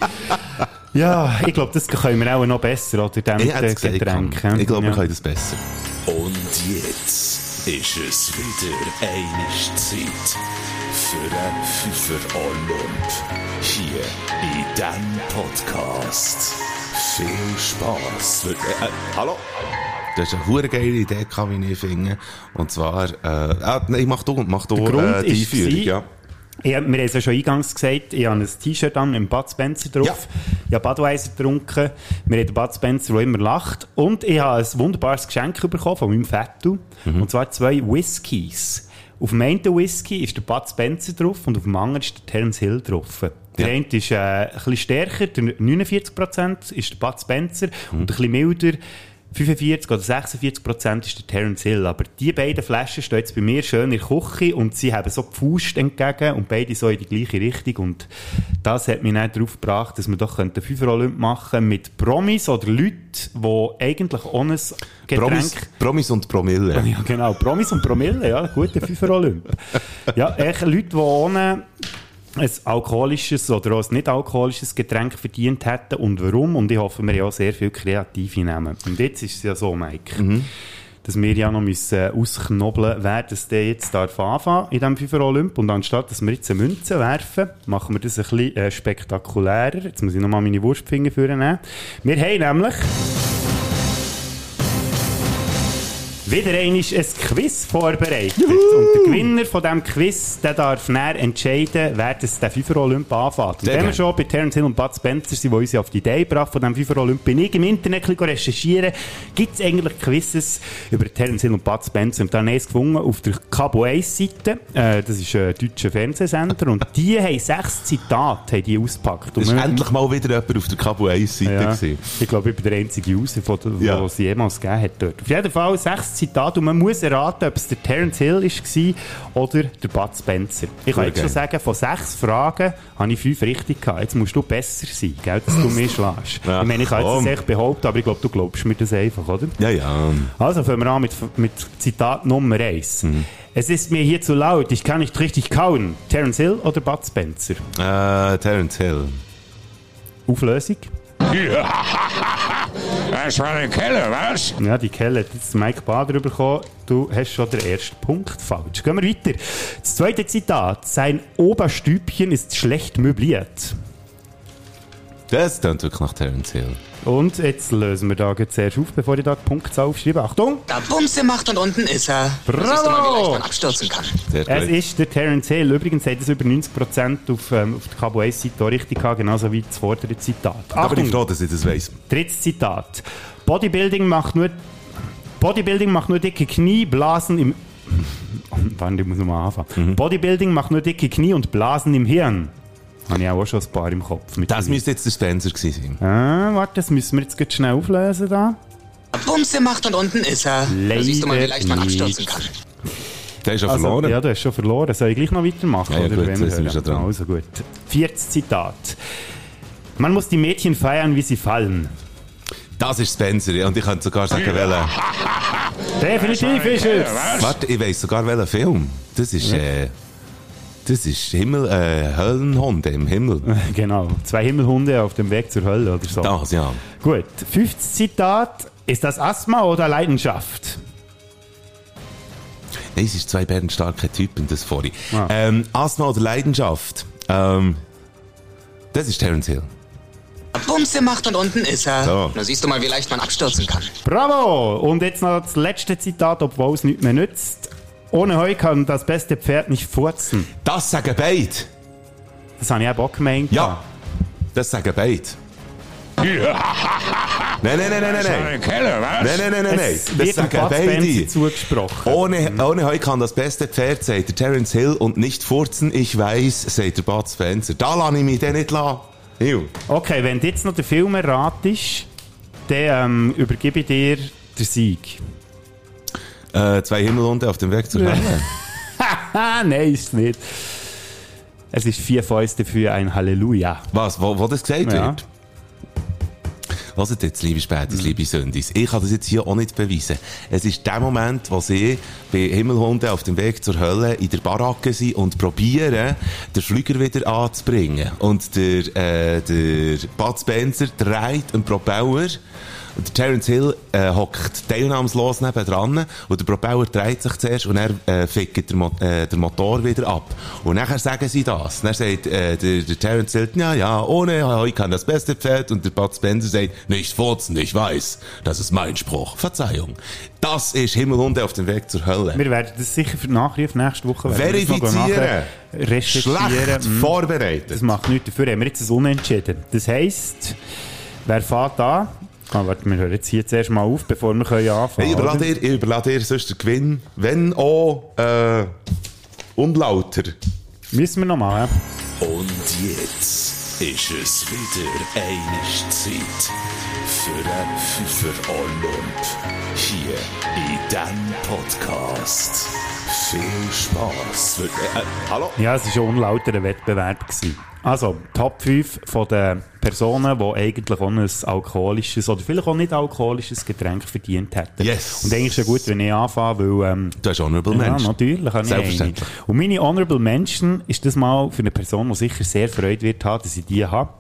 D: Ja, ich glaube, das können wir auch noch besser, oder? Dem
B: Ich hätte es gesagt, komm. Ich glaube, wir
D: ja.
B: können das besser.
E: Und jetzt ist es wieder einig Zeit für einen Fünfer Olymp hier in diesem Podcast. Viel Spaß.
B: äh, hallo? Das ist eine hure geile Idee, kann ich nicht finden. Und zwar, äh, ah, nein, mach du, mach du,
D: Der Grund
B: äh, die
D: ist
B: Einführung,
D: gewesen,
B: ja.
D: Ich, hab- wir haben es ja schon eingangs gesagt, ich habe ein T-Shirt an mit Bud Spencer drauf. Ich habe Budweiser getrunken. Wir haben den Bud Spencer, der immer lacht. Und ich habe ein wunderbares Geschenk bekommen von meinem Vettel. Und zwar zwei Whiskys. Auf dem einen Whisky ist der Bud Spencer drauf und auf dem anderen ist der Terence Hill drauf. Der eine ist äh, ein bisschen stärker, der 49% ist der Bud Spencer und ein bisschen milder. 45 oder 46 Prozent ist der Terence Hill. Aber die beiden Flaschen stehen jetzt bei mir schön in der Küche und sie haben so die Faust entgegen und beide so in die gleiche Richtung. Und das hat mich dann darauf gebracht, dass wir doch einen Fünfer-Olymp machen mit Promis oder Leuten, die eigentlich ohne Getränk...
B: Promis, Promis und Promille.
D: Ja, genau. Promis und Promille, ja. Guter Fünfer-Olymp. ja, echt Leute, die ohne ein alkoholisches oder auch ein nicht alkoholisches Getränk verdient hätten und warum. Und ich hoffe, wir haben auch sehr viel Kreative nehmen. Und jetzt ist es ja so, Mike, dass wir ja noch müssen äh, ausknobeln, wer das denn jetzt darf anfangen in diesem Fünfer-Olymp. Und anstatt, dass wir jetzt eine Münze werfen, machen wir das ein bisschen äh, spektakulärer. Jetzt muss ich nochmal meine Wurstfinger vornehmen. Wir haben nämlich... Wieder einmal ein Quiz vorbereitet. Und der Gewinner von diesem Quiz der darf näher entscheiden, wer das den Fünfer-Olymp anfängt. Und
B: Sehr
D: wenn wir
B: gerne.
D: schon bei Terence Hill und Bud Spencer sind, die uns ja auf die Idee gebracht von diesem Fünfer-Olymp, bin ich im Internet ein bisschen recherchieren, gibt es eigentlich Quizzes über Terence Hill und Bud Spencer. Und da habe ich eins gefunden auf der Cabo Ace Seite. Äh, das ist ein deutscher Fernsehsender. Und die haben sechs Zitate haben die ausgepackt. Und
B: Das ist
D: wir-
B: endlich mal wieder jemand auf der Cabo 1 Seite
D: Ja.
B: gewesen.
D: Ich glaube, ich bin der einzige User, von der,
B: Ja.
D: wo es jemals gegeben hat dort. Auf jeden Fall sechs Zitate und man muss erraten, ob es der Terence Hill war oder der Bud Spencer. Ich kann
B: Cool,
D: jetzt schon
B: geil.
D: sagen, von sechs Fragen habe ich fünf richtig gehabt. Jetzt musst du besser sein, gell, dass du mir schlägst.
B: Ja,
D: ich meine, ich kann jetzt
B: komm.
D: das echt behaupten, aber ich glaube, du glaubst mir das einfach, oder?
B: Ja, ja.
D: Also fangen wir an mit, mit Zitat Nummer eins.
B: Mhm.
D: Es ist mir hier zu laut, ich kann nicht richtig kauen. Terence Hill oder Bud Spencer?
B: Äh, Terence Hill.
D: Auflösung?
H: Das war der Keller, was?
D: Ja, die Kelle hat jetzt Mike Bader bekommen. Du hast schon den ersten Punkt falsch. Gehen wir weiter. Das zweite Zitat. Sein Oberstübchen ist schlecht möbliert.
B: Das klingt wirklich nach Terence Hill.
D: Und jetzt lösen wir da jetzt erst auf, bevor ich da die Punktzahl aufschreibe. Achtung!
M: Da Bumse macht und unten ist er.
D: Bravo!
M: Da siehst du mal, wie leicht man abstürzen kann.
D: Es ist der Terence Hill. Übrigens hat es über 90% auf, ähm, auf der Cabo Ace Seite auch richtig gehabt, genauso wie das vordere Zitat.
B: Da bin ich
D: Achtung!
B: froh, dass ich das weiss.
D: Drittes Zitat. Bodybuilding macht nur, Bodybuilding macht nur dicke Knie, Blasen im... Warte, ich muss nochmal anfangen.
B: Mhm.
D: Bodybuilding macht nur dicke Knie und Blasen im Hirn. Habe ich auch schon ein paar im Kopf. Mit
B: Das müsste jetzt der Spencer gewesen sein.
D: Ah, warte, das müssen wir jetzt grad schnell auflösen da.
M: Da Bumse macht und unten ist er. Da siehst du mal, wie
D: Leider
M: leicht man abstürzen
D: nicht.
M: kann.
B: Der ist ja
D: Also,
B: verloren.
D: Ja, du hast schon verloren. Soll ich gleich noch weitermachen?
B: Ja, ja, gut,
D: Wenn
B: jetzt sind wir schon dran.
D: Also gut. Viertes Zitat. Man muss die Mädchen feiern, wie sie fallen.
B: Das ist Spencer und ich könnte sogar sagen, welcher.
D: Definitiv ist es.
B: Warte, ich weiss sogar welchen Film. Das ist, äh, das ist Himmel, äh, Höllenhunde im Himmel.
D: Genau. Zwei Himmelhunde auf dem Weg zur Hölle oder so.
B: Das, ja.
D: Gut, fünftes Zitat. Ist das Asthma oder Leidenschaft?
B: Nein, es sind zwei bärenstarke Typen, das vorhin. Ähm, Asthma oder Leidenschaft? Ähm, das ist Terence Hill.
M: Da Bumse macht und unten ist er.
B: So.
M: Da siehst du mal, wie leicht man abstürzen kann.
D: Bravo! Und jetzt noch das letzte Zitat, obwohl es nichts mehr nützt. Ohne Heu kann das beste Pferd nicht furzen.
B: Das sagen beide.
D: Das habe ich auch Bock gemeint.
B: Ja, das sagen beide. Nein, nein, nein, nein,
H: Das
B: nein.
H: ist
B: nein.
H: ein Keller, was?
B: Nein, nein, nein, nein, nein.
D: Es wird dem Bud Spencer zugesprochen.
B: Ohne, ohne Heu kann das beste Pferd, sagt der Terence Hill, und nicht furzen, ich weiß, sagt der Bud Spencer. Da lasse ich mich dann nicht lassen. Ew.
D: Okay, wenn du jetzt noch den Film erratest, dann ähm, übergebe ich dir den Sieg.
B: Äh, zwei Himmelhunde auf dem Weg zur Hölle.
D: Nein, ist nicht. Es ist vier Fäuste für ein Halleluja.
B: Was, wo, wo das gesagt
D: Ja.
B: wird? Hört jetzt, liebe Spätis, liebe Sündis, ich kann das jetzt hier auch nicht beweisen. Es ist der Moment, wo sie bei Himmelhunden auf dem Weg zur Hölle in der Baracke sind und probieren, den Flüger wieder anzubringen. Und der, äh, der Bud Spencer dreht einen Propeller und der Terence Hill äh, hockt teilnahmslos nebendran und der Propeller dreht sich zuerst und er äh, fickt den, Mo äh, den Motor wieder ab. Und nachher sagen sie das. Dann sagt äh, der, der Terence Hill, ja, ja, ohne Heu kann das beste Pferd. Und der Bud Spencer sagt, nicht furzen, ich weiß. Das ist mein Spruch. Verzeihung. Das ist Himmelhunde auf dem Weg zur Hölle.
D: Wir werden das sicher für den Nachriff nächste Woche werden wir das noch
B: Verifizieren.
D: nachher Recherchieren.
B: Schlecht vorbereitet.
D: Das macht nichts dafür. Haben wir jetzt ein Unentschieden. Das heisst, wer fährt an? Ah, warte, wir hören jetzt hier zuerst mal auf, bevor wir können anfangen
B: Ich überlasse
D: oder?
B: dir, ich überlasse dir sonst den Gewinn, wenn auch äh, unlauter.
D: Müssen wir nochmal, ja?
E: Und jetzt ist es wieder eine Zeit für einen Fünfer Olymp hier in diesem Podcast. Viel Spaß. Äh, äh, hallo?
D: Ja, es war ein unlauterer Wettbewerb. Gewesen. Also, Top 5 von den Personen, die eigentlich auch ein alkoholisches oder vielleicht auch nicht alkoholisches Getränk verdient hätten.
B: Yes.
D: Und eigentlich ist es ja gut, wenn ich anfange, weil... Ähm,
B: Du hast Honorable
D: ja,
B: Mensch.
D: natürlich habe ich
B: Selbstverständlich.
D: eine. Und meine Honorable Mention ist das mal für eine Person, die sicher sehr freut wird haben, dass ich die habe.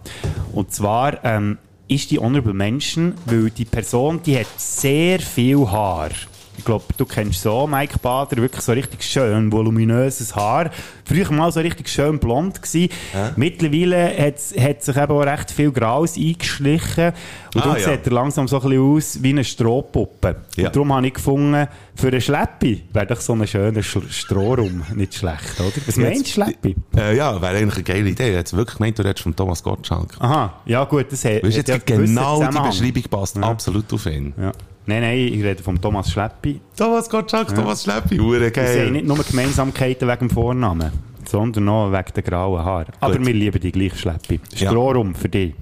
D: Und zwar ähm, ist die Honorable Mention, weil die Person, die hat sehr viel Haar. Ich glaube, du kennst so Mike Bader, wirklich so richtig schön voluminöses Haar. Früher mal so richtig schön blond gsi. Mittlerweile hat's- hat sich eben auch recht viel Graus eingeschlichen. Und
B: Ah,
D: darum
B: ja.
D: sieht er langsam so ein bisschen aus wie eine Strohpuppe.
B: Ja.
D: Und darum habe ich gefunden, für einen Schleppi wäre doch so ein schöner Sch Strohraum nicht schlecht, oder? Was meinst du, Schleppi?
B: Äh, ja, wäre eigentlich eine geile Idee. Jetzt wirklich gemeint, du hättest von Thomas Gottschalk.
D: Aha, ja gut, das hat,
B: Weißt du, jetzt
D: hat ja
B: gibt
D: einen gewissen
B: genau die
D: Zusammenhang.
B: Beschreibung passt absolut auf ihn.
D: Ja. Nein, nein, ich rede vom Thomas Schleppi.
B: Thomas Gottschalk, Thomas Schleppi, hure
D: Wir sehen
B: geil.
D: nicht nur Gemeinsamkeiten wegen dem Vornamen, sondern auch wegen den grauen Haaren. Aber
B: Gut.
D: wir lieben die gleich, Schleppi.
B: Ja.
D: Strohraum für dich.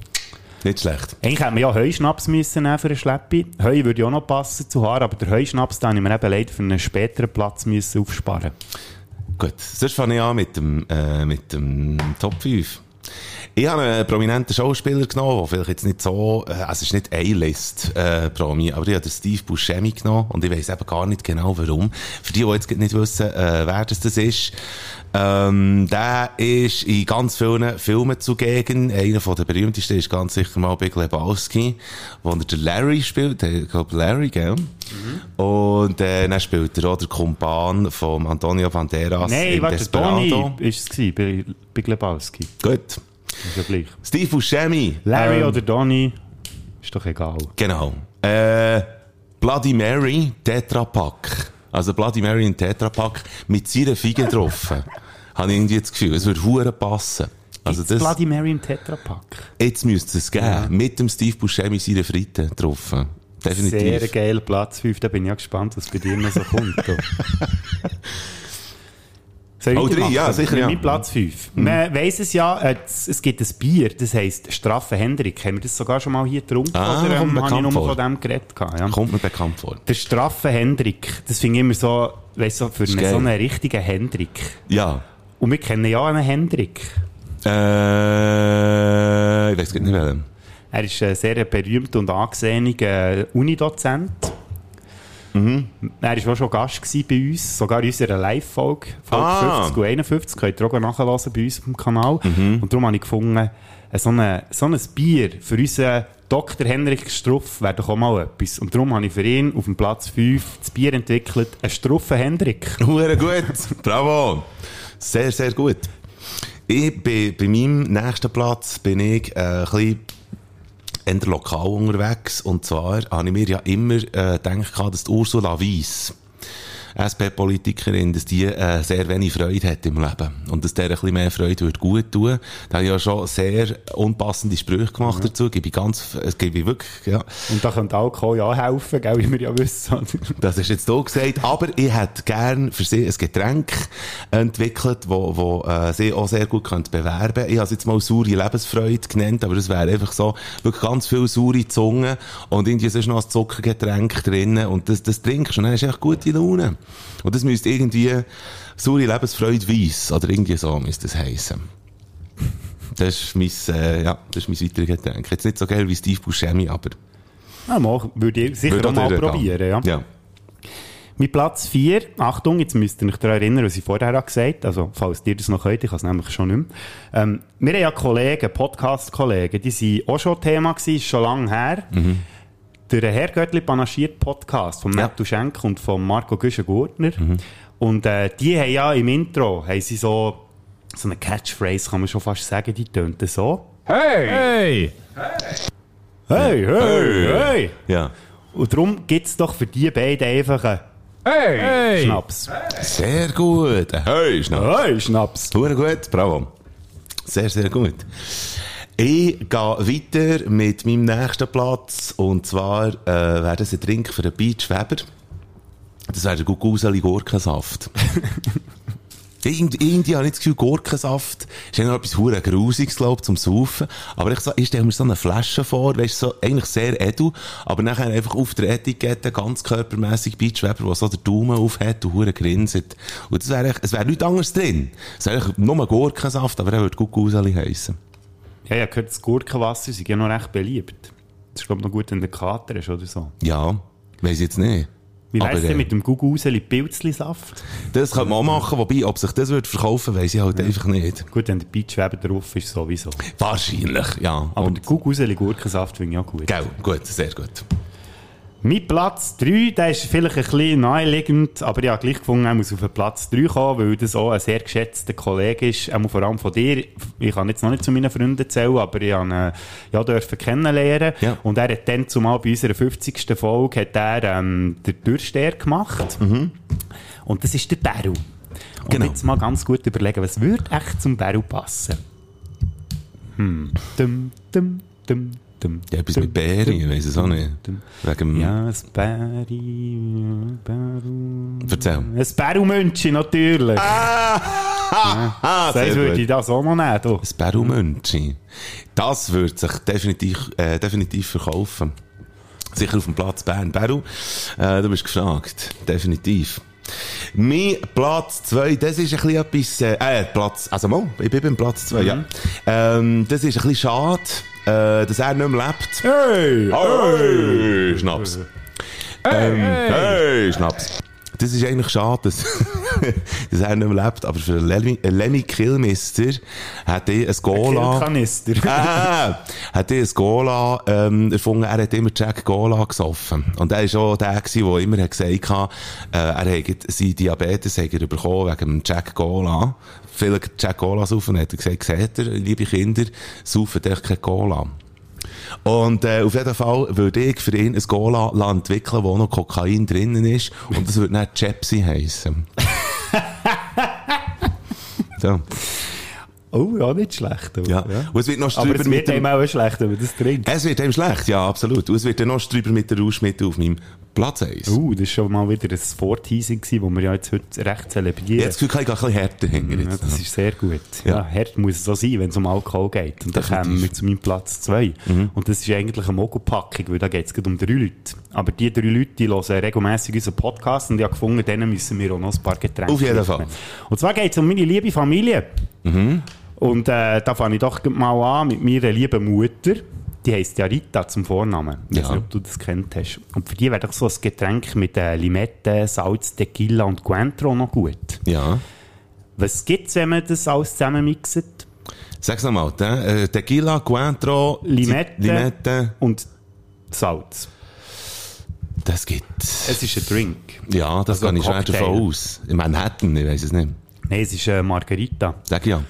B: Nicht schlecht.
D: Eigentlich hätten wir ja Heuschnaps müssen nehmen für einen Schleppi. Heu würde ja auch noch passen zu Haar, aber der Heuschnaps, den haben wir eben leider für einen späteren Platz müssen aufsparen.
B: Gut, sonst fange ich an mit dem, äh, mit dem Top 5. Ich habe einen prominenten Schauspieler genommen, der vielleicht jetzt nicht so, äh, also es ist nicht A-List-Promi, aber ich habe den Steve Buscemi genommen und ich weiß eben gar nicht genau warum. Für die, die jetzt gerade nicht wissen, äh, wer das, das ist, ähm, der ist in ganz vielen Filmen zugegen. Einer von den berühmtesten ist ganz sicher mal Big Lebowski, wo er den Larry spielt, ich glaube Larry, gell?
D: Mhm.
B: Und äh, dann spielt er auch den Kumpan von Antonio Banderas
D: Nein,
B: in
D: warte, Toni
B: Desperado.
D: war es gewesen, bei, bei Glebowski.
B: Gut.
D: Ist ja gleich.
B: Steve Buscemi.
D: Larry
B: Ähm,
D: oder Donny, ist doch egal.
B: Genau. Äh, Bloody Mary, Tetra Pak. Also Bloody Mary und Tetra Pak mit seiner Fiege drauf. Habe ich irgendwie das Gefühl, es würde hure passen. Also
D: Das
B: das,
D: Bloody Mary im Tetrapack.
B: jetzt müsste es geben. Mit dem Steve Buscemi seiner Fritte drauf.
D: Sehr
B: Definitiv.
D: geiler Platz 5, da bin ich ja gespannt, was bei dir noch so kommt. du. Soll ich
B: Oh, drei,
D: weitermachen?
B: ja, sicher, ja. Mhm.
D: Mein Platz 5. Man weiss es ja, äh, es es gibt ein Bier, das heisst Straffe Hendrik. Haben wir das sogar schon mal hier getrunken?
B: Ah,
D: oder
B: kommt
D: ähm, habe
B: mir
D: ich
B: bekannt
D: nur
B: vor.
D: von dem geredet? gehabt, Ja.
B: Kommt mir bekannt vor.
D: Der Straffe Hendrik, das finde ich immer so, weißt du, so für
B: Ist
D: einen,
B: geil.
D: so einen richtigen Hendrik.
B: Ja.
D: Und wir kennen ja einen Hendrik.
B: Äh, ich weiß nicht welchen.
D: Er ist ein sehr berühmter und angesehener äh, Unidozent. Er war auch schon Gast gewesen bei uns, sogar in unserer Live-Folge, Folge
B: Ah.
D: 50 und 51, könnt ihr auch nachhören bei uns auf dem Kanal. Und darum habe ich gefunden, äh, so, eine, so ein Bier für unseren Dr. Henrik Struff wäre doch auch mal etwas. Und darum habe ich für ihn auf dem Platz 5 das Bier entwickelt, ein Struffen Henrik.
B: Hure gut. Bravo. Sehr, sehr gut. Ich bin, bei meinem nächsten Platz bin ich äh, ein bisschen eher lokal unterwegs. Und zwar habe ich mir ja immer äh, gedacht, dass die Ursula Weiss SP-Politikerin, dass die äh, sehr wenig Freude hat im Leben. Und dass der ein bisschen mehr Freude würde gut tun. Da habe ich ja schon sehr unpassende Sprüche gemacht dazu. Gebe ich ganz, es gebe ich wirklich, ja.
D: Und da könnte Alkohol ja helfen, gell, wie wir ja wissen.
B: Das ist jetzt so gesagt, aber ich hätte gern für sie ein Getränk entwickelt, wo, wo äh, sie auch sehr gut könnte bewerben Ich habe es jetzt mal saure Lebensfreude genannt, aber das wäre einfach so, wirklich ganz viel saure Zunge und irgendwie sonst noch ein Zuckergetränk drinnen und das, das trinkst und dann hast du echt gute Laune. Und das müsste irgendwie saure Lebensfreude weiss oder irgendwie so müsste das heissen. Das ist mein, äh, ja, das ist mein weiteres Getränk. Jetzt nicht so geil wie Steve Buscemi, aber...
D: Ja, mal, würde ich sicher
B: Würde
D: auch mal
B: auch
D: probieren, ja.
B: ja.
D: Mein Platz 4, Achtung, jetzt müsst ihr euch daran erinnern, was ich vorher auch gesagt habe, also falls ihr das noch könnt, ich kann es nämlich schon nicht mehr. Ähm, wir haben ja Kollegen, Podcast-Kollegen, die sind auch schon Thema gewesen, ist schon lange her. Der Herr Göttli panaschiert Podcast von Matt Duschenk und von Marco Güschen-Gurtner. Und äh, die haben ja im Intro haben sie so, so eine Catchphrase, kann man schon fast sagen, die tönt so. Hey! Hey, hey, hey! hey.
B: Ja.
D: Und darum gibt es doch für die beiden einfach einen
B: Hey!
D: Schnaps.
B: Sehr gut. Hey, Schnaps.
D: Hey, Schnaps.
B: Hure gut, bravo. Sehr, sehr gut. Ich gehe weiter mit meinem nächsten Platz. Und zwar äh, wäre das ein Trink für den Beachweber. Das wäre der Guguseli Gurkensaft. Irgend- Irgendwie habe ich das Gefühl, Gurkensaft ist eigentlich noch etwas hure Grusiges, glaube ich, zum Saufen. Aber ich, so, ich stelle mir so eine Flasche vor, weißt du, so, eigentlich sehr edel, aber nachher einfach auf der Etikette ganz körpermässig Beachweber, der so den Daumen auf hat und hure grinset. Und das wäre, eigentlich- es wäre nichts anderes drin. Es wäre eigentlich nur Gurkensaft, aber er würde Guguseli heissen.
D: Ja, ich habe gehört, das Gurkenwasser ist ja noch recht beliebt. Das ist, glaube ich, noch gut, wenn der Kater ist oder so.
B: Ja, weiss jetzt nicht.
D: Wie
B: Aber,
D: heißt
B: äh,
D: denn mit dem Guguseli Pilzli-Saft?
B: Das könnte man auch machen, wobei, ob sich das würde verkaufen, weiss ich halt einfach nicht.
D: Gut, wenn der Beachweber drauf ist, sowieso.
B: Wahrscheinlich, ja.
D: Aber der Guguseli Gurkensaft finde ich auch gut.
B: Gell, gut, sehr gut.
D: Mein Platz 3, der ist vielleicht ein bisschen naheliegend, aber ich habe gleich gefunden, er muss auf den Platz 3 kommen, weil das auch ein sehr geschätzter Kollege ist, er muss vor allem von dir. Ich kann jetzt noch nicht zu meinen Freunden zählen, aber ich habe ihn äh, ja, dürfen kennenlernen. Und er hat dann zumal bei unserer 50. Folge hat er, ähm, den Türsteher gemacht. Und das ist der Beru. Und jetzt mal ganz gut überlegen, was würde echt zum Beru passen? Hm. Dum, dum, dum, dum.
B: Ja, etwas mit Bären, ich weiss es auch nicht. Wegen dem...
D: Ja, ein Bäri, Bäru.
B: Erzähl.
D: Ein Bärumünzchen natürlich. Ah,
B: ah,
D: Sonst
B: sehr
D: würde
B: gut.
D: ich das auch noch nehmen. Du.
B: Ein Perumönchi. Das würde sich definitiv, äh, definitiv verkaufen. Sicher auf dem Platz Bern. Beru, äh, du bist gefragt. Definitiv. Mein Platz 2, das ist ein bisschen etwas, äh, äh, Platz, also mal, ich bin beim Platz 2, ja. Ähm, das ist ein bisschen schade, äh, dass er nicht mehr lebt.
D: Hey!
B: Hey! Schnaps. Hey, hey. Schnaps. Das ist eigentlich schade, dass, dass er nicht mehr lebt, aber für einen Lemmy, einen Lemmy Killmister hat er ein Gola.
D: Killkanister.
B: ah, hat er ein Gola ähm, erfunden. Er hat immer Jack Gola gesoffen. Und er war auch der, gewesen, der immer hat gesagt hat, äh, er hat seinen Diabetes hat er bekommen wegen dem Jack Gola. Viele Jack Gola saufen, hat er gesagt, seht ihr, liebe Kinder, saufen euch kein Cola. Und äh, auf jeden Fall würde ich für ihn ein Cola lassen entwickeln, wo noch Kokain drinnen ist. Und das würde dann Chepsi heißen. so.
D: Oh, ja, nicht schlecht. du.
B: Ja. Und es wird noch
D: Aber
B: drüber
D: es wird
B: mit dem- Äh.
D: einem auch schlecht, wenn man das trinkt.
B: Es wird ihm schlecht, ja, absolut. Und es wird dann noch drüber mit der Rauschmittel auf meinem Platz 1.
D: Uh, das war schon mal wieder ein Vorteasing, das wir ja jetzt heute recht zelebrieren.
B: Jetzt fühle ich mich ein bisschen härter hinter
D: Ja,
B: jetzt.
D: das ist sehr gut.
B: Ja.
D: Ja. hart muss es auch sein, wenn es um Alkohol geht. Und dann
B: Definitiv. Mhm.
D: kommen wir zu meinem Platz 2. Und das ist eigentlich eine Mogelpackung, weil da geht es um drei Leute. Aber die drei Leute, die hören regelmässig unseren Podcast und ich habe gefunden, denen müssen wir auch noch ein paar Getränke
B: Auf jeden
D: mitnehmen.
B: Fall. Mhm.
D: Und zwar geht es um meine liebe Familie. Und äh, da fange ich doch gleich mal an mit meiner lieben Mutter. Die heisst ja Rita zum Vornamen. Ich weiß
B: Ja.
D: nicht, ob du das kennt hast. Und für die wäre doch so ein Getränk mit äh, Limette, Salz, Tequila und Cointreau noch gut.
B: Ja.
D: Was gibt's, wenn man das alles zusammen mixt?
B: Sag's nochmal, äh, Tequila, Cointreau,
D: Limette.
B: Limette.
D: Und Salz.
B: Das gibt.
D: Es ist ein Drink.
B: Ja, das
D: Also
B: kann ich schwer
D: Cocktail.
B: davon aus. In Manhattan, ich weiß es nicht.
D: Nein, es ist eine Margarita.
B: Sag ja.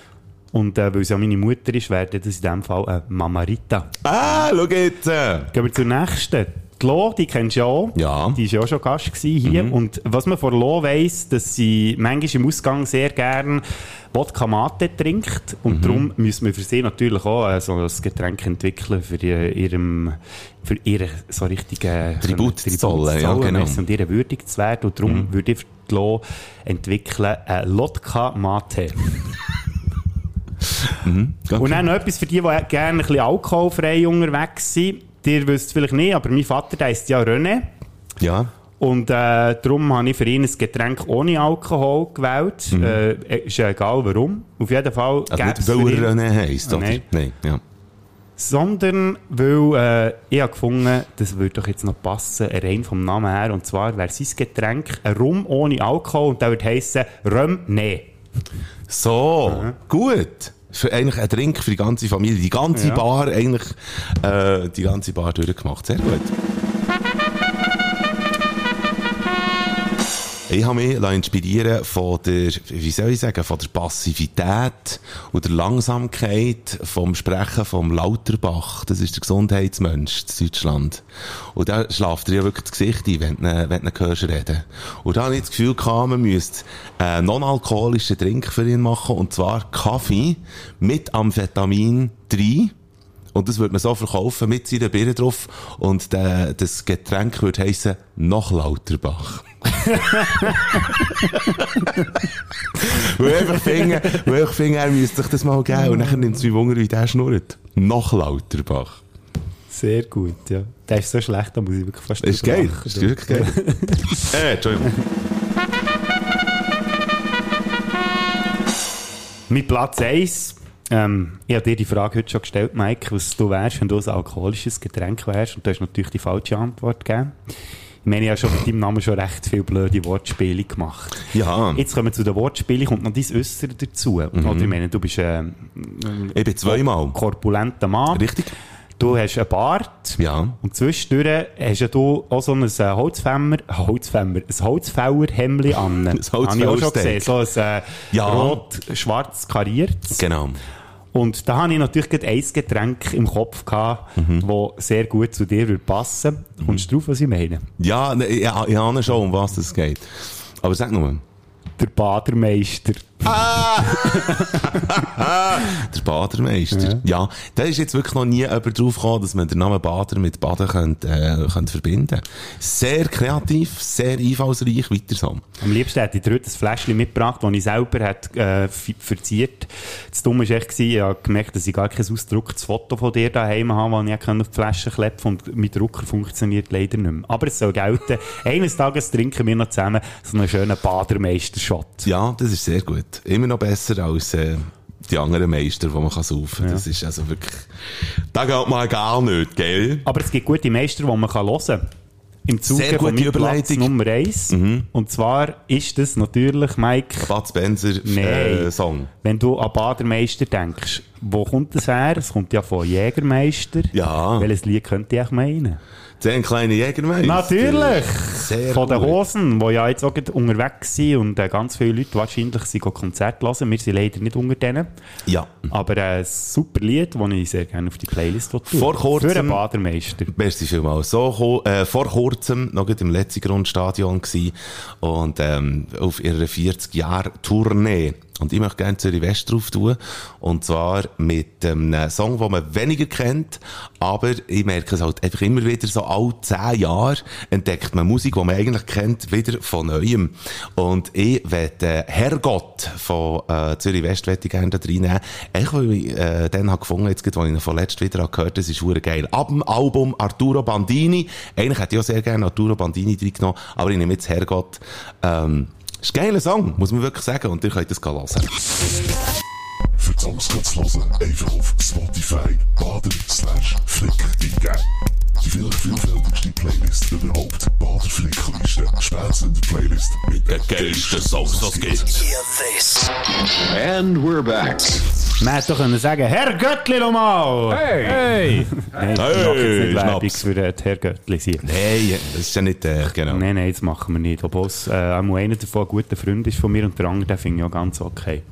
D: Und äh, weil es ja meine Mutter ist, wäre das in dem Fall eine Mamarita.
B: Ah, schau jetzt!
D: Gehen wir zur nächsten. die Lo, die kennst du ja auch.
B: Ja. Mhm.
D: Die war ja auch schon Gast gewesen hier. Und was man von Lo weiss, dass sie manchmal im Ausgang sehr gern Wodka Mate trinkt. Und
B: Mhm.
D: darum müssen wir für sie natürlich auch äh, so ein Getränk entwickeln für äh, ihrem, für ihren so äh, richtigen
B: Tribut zu zollen, ja, genau. Mhm.
D: messen Und ihre würdig zu werden. Und darum würde ich für die Lo entwickeln, äh, Lotka Mate. Und dann noch etwas für die, die gerne ein bisschen alkoholfrei unterwegs sind. Ihr wisst es vielleicht nicht, aber mein Vater der heisst ja René.
B: Ja.
D: Und äh, darum habe ich für ihn ein Getränk ohne Alkohol gewählt.
B: Mhm.
D: Äh, ist ja egal warum. Auf jeden Fall
B: Also
D: gäb's
B: nicht,
D: für
B: weil
D: ihn-
B: er René heisst,
D: Ah,
B: oder?
D: nein.
B: Nein, ja.
D: Sondern weil äh, ich habe gefunden, das würde doch jetzt noch passen, rein vom Namen her. Und zwar wäre sein Getränk ein Rum ohne Alkohol und der würde heissen Röm nee.
B: So, gut. Für eigentlich ein Drink für die ganze Familie. Die ganze
D: Ja.
B: Bar eigentlich, äh, die ganze Bar durchgemacht. Sehr gut. Ich habe mich lassen inspirieren von der, wie soll ich sagen, von der Passivität und der Langsamkeit vom Sprechen vom Lauterbach. Das ist der Gesundheitsmensch in Deutschland. Und da schlaft er ja wirklich das Gesicht ein, wenn du ihn- wenn du ihn hörst reden. Und da habe ich das Gefühl gehabt, man müsste äh, einen non-alkoholischen Drink für ihn machen, und zwar Kaffee mit Amphetamin 3. Und das würde man so verkaufen mit seiner Birne drauf. Und der, das Getränk würde heissen, noch Lauterbach. Weil ich einfach finde, weil ich finde, er müsste sich das mal geben. Und dann nimmt es mich Wunder, wie der schnurrt. Noch Lauterbach.
D: Sehr gut, ja. Der ist so schlecht, da muss ich wirklich fast
B: Das ist
D: drüber
B: geil.
D: lachen.
B: Das ist wirklich geil. äh, Entschuldigung.
D: Mein Platz 1. Ähm, ich habe dir die Frage heute schon gestellt, Mike, was du wärst, wenn du ein alkoholisches Getränk wärst. Und du hast natürlich die falsche Antwort gegeben. Ich meine, ich habe schon mit deinem Namen schon recht viele blöde Wortspiele gemacht.
B: Ja.
D: Jetzt kommen wir zu den Wortspielen, kommt noch dein Äußere dazu.
B: Mhm.
D: Oder ich meine, du bist ein
B: ich bin zweimal.
D: korpulenter Mann.
B: Richtig.
D: Du hast einen Bart.
B: Ja.
D: Und zwischendurch hast ja du auch so ein äh, Holzfämmer, Holzfämmer, ein Holzfällerhemdli an. Das Habe ich auch schon
B: Holzfällersteak.
D: gesehen. So ein äh,
B: Ja.
D: rot-schwarz kariertes.
B: Genau.
D: Und da habe ich natürlich gerade ein Getränk im Kopf gehabt, das sehr gut zu dir würde passen. Kommst du drauf, was ich meine?
B: Ja, ne, ich, ich, ich ahne schon, um was es geht. Aber sag nur.
D: Der Badermeister.
B: Der Badermeister. Ja. da ist jetzt wirklich noch nie jemand drauf gekommen, dass man den Namen Bader mit Baden könnte, äh, könnte verbinden Sehr kreativ, sehr einfallsreich, weiter so.
D: Am liebsten hätte ich dir heute ein Fläschchen mitgebracht, das ich selber hat, äh, f- verziert Das Dumme war echt, ich habe gemerkt, dass ich gar kein ausgedrucktes Foto von dir daheim habe, weil ich auch auf die Flasche kleben konnte und mein Drucker funktioniert leider nicht mehr. Aber es soll gelten. Eines Tages trinken wir noch zusammen so einen schönen Badermeister-Shot.
B: Ja, das ist sehr gut. Immer noch besser als äh, die anderen Meister, die man kann saufen kann. Das ist also wirklich... Da geht mal gar nicht, gell?
D: Aber es gibt gute Meister, die man kann hören kann. Im Zuge
B: Sehr
D: von meinem
B: gute
D: Platz
B: Überleitung. Mhm.
D: Nummer 1. Und zwar ist das natürlich, Mike...
B: Bud Spencer
D: Nein.
B: äh, Song.
D: Wenn du an Badermeister denkst, wo kommt das her? Es kommt ja von Jägermeister.
B: Ja.
D: Welches Lied könnte ich auch meinen?
B: Zehn kleine Jägermeister.
D: Natürlich!
B: Sehr
D: Von den
B: gut.
D: Hosen, die ja jetzt auch gerade unterwegs sind und äh, ganz viele Leute wahrscheinlich sind go Konzerte hören. Wir sind leider nicht unter denen.
B: Ja.
D: Aber äh, ein super Lied, das ich sehr gerne auf die Playlist tue.
B: Vor kurzem-
D: Für einen Badermeister.
B: Merci vielmals. So, ko- äh, vor kurzem, noch gerade im letzten Grundstadion gsi und ähm, auf ihrer 40-Jahr-Tournee. Und ich möchte gerne Zürich West drauf tun. Und zwar mit ähm, einem Song, den man weniger kennt, aber ich merke es halt einfach immer wieder, so alle 10 Jahre entdeckt man Musik, die man eigentlich kennt, wieder von Neuem. Und ich werde äh, Herrgott von äh, Zürich West möchte ich gerne da reinnehmen. Echt, weil ich äh, den habe gefunden, jetzt, gerade, als ich ihn vorletzt wieder habe gehört habe, das ist hure geil. Ab dem Album Arturo Bandini. Eigentlich hätte ich auch sehr gerne Arturo Bandini reingenommen, aber ich nehme jetzt Herrgott. Ähm, ist ein geiler Song, muss man wirklich sagen, und ihr könnt das hören.
N: Für die Samstagslassen einfach auf Spotify bader slash flickerdinge. Die vielleicht vielfältigste Playlist überhaupt. Bader Flickliste. Spätzende Playlist mit der geilsten Songs, was geht.
D: And we're back. Man hätte doch können sagen, Herr Göttli nochmal!
N: Hey!
D: Hey! nein, das
B: Hey,
D: macht jetzt nicht
B: Schnaps.
D: Werbung für den Herr Göttli sein.
B: Nein, das ist ja nicht der, genau.
D: äh, Nein, nein, das machen wir nicht. Obwohl es, äh, einmal einer davon ein guter Freund ist von mir und der andere, den finde ich auch ganz okay.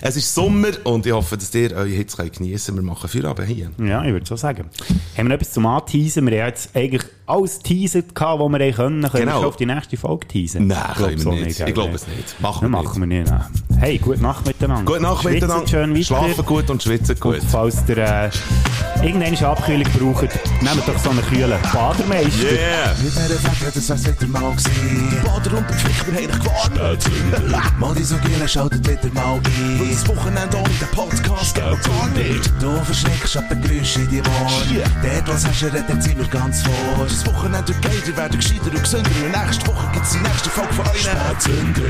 B: Es ist Sommer und ich hoffe, dass ihr eure Hitze könnt geniessen könnt. Wir machen Feierabend hier.
D: Ja, ich würde so sagen. Haben wir etwas zum Anteasen? Wir haben jetzt eigentlich alles teasert, was wir haben können. Können
B: Genau.
D: wir schon auf die nächste Folge teasen?
B: Nein,
D: Ich glaub
B: können wir
D: so
B: nicht.
D: gell?
B: Ich glaube es nicht. Machen
D: Nein,
B: wir
D: machen wir nicht. nein. Hey, gute Nacht miteinander.
B: Gute Nacht
D: Schwitzt
B: miteinander.
D: schön weiter.
B: Schlafen gut und schwitzen gut.
D: Und falls ihr äh, irgendeine Abkühlung braucht, nehmt doch so einen kühlen Badermeister.
F: Mit einer Frage hat es was wieder mal gesehen. Die Bader und der Flick, wir haben dich gewarnt. Mal die so gehen, schaltet wieder mal ein. Weil das Wochenende ohne den Podcast geht gar nicht. Du verschreckst ab den Geräuschen in die Ohren. Dort, was hast du, redet sind wir ganz vor. Das Wochenende wird geiler, werden gescheiter und gesünder. Und nächste Woche gibt's die nächste Folge von euch. Spätzünder.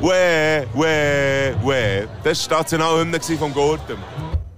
I: Weh, weh, weh. Das war die Nationalhymne vom Gurten.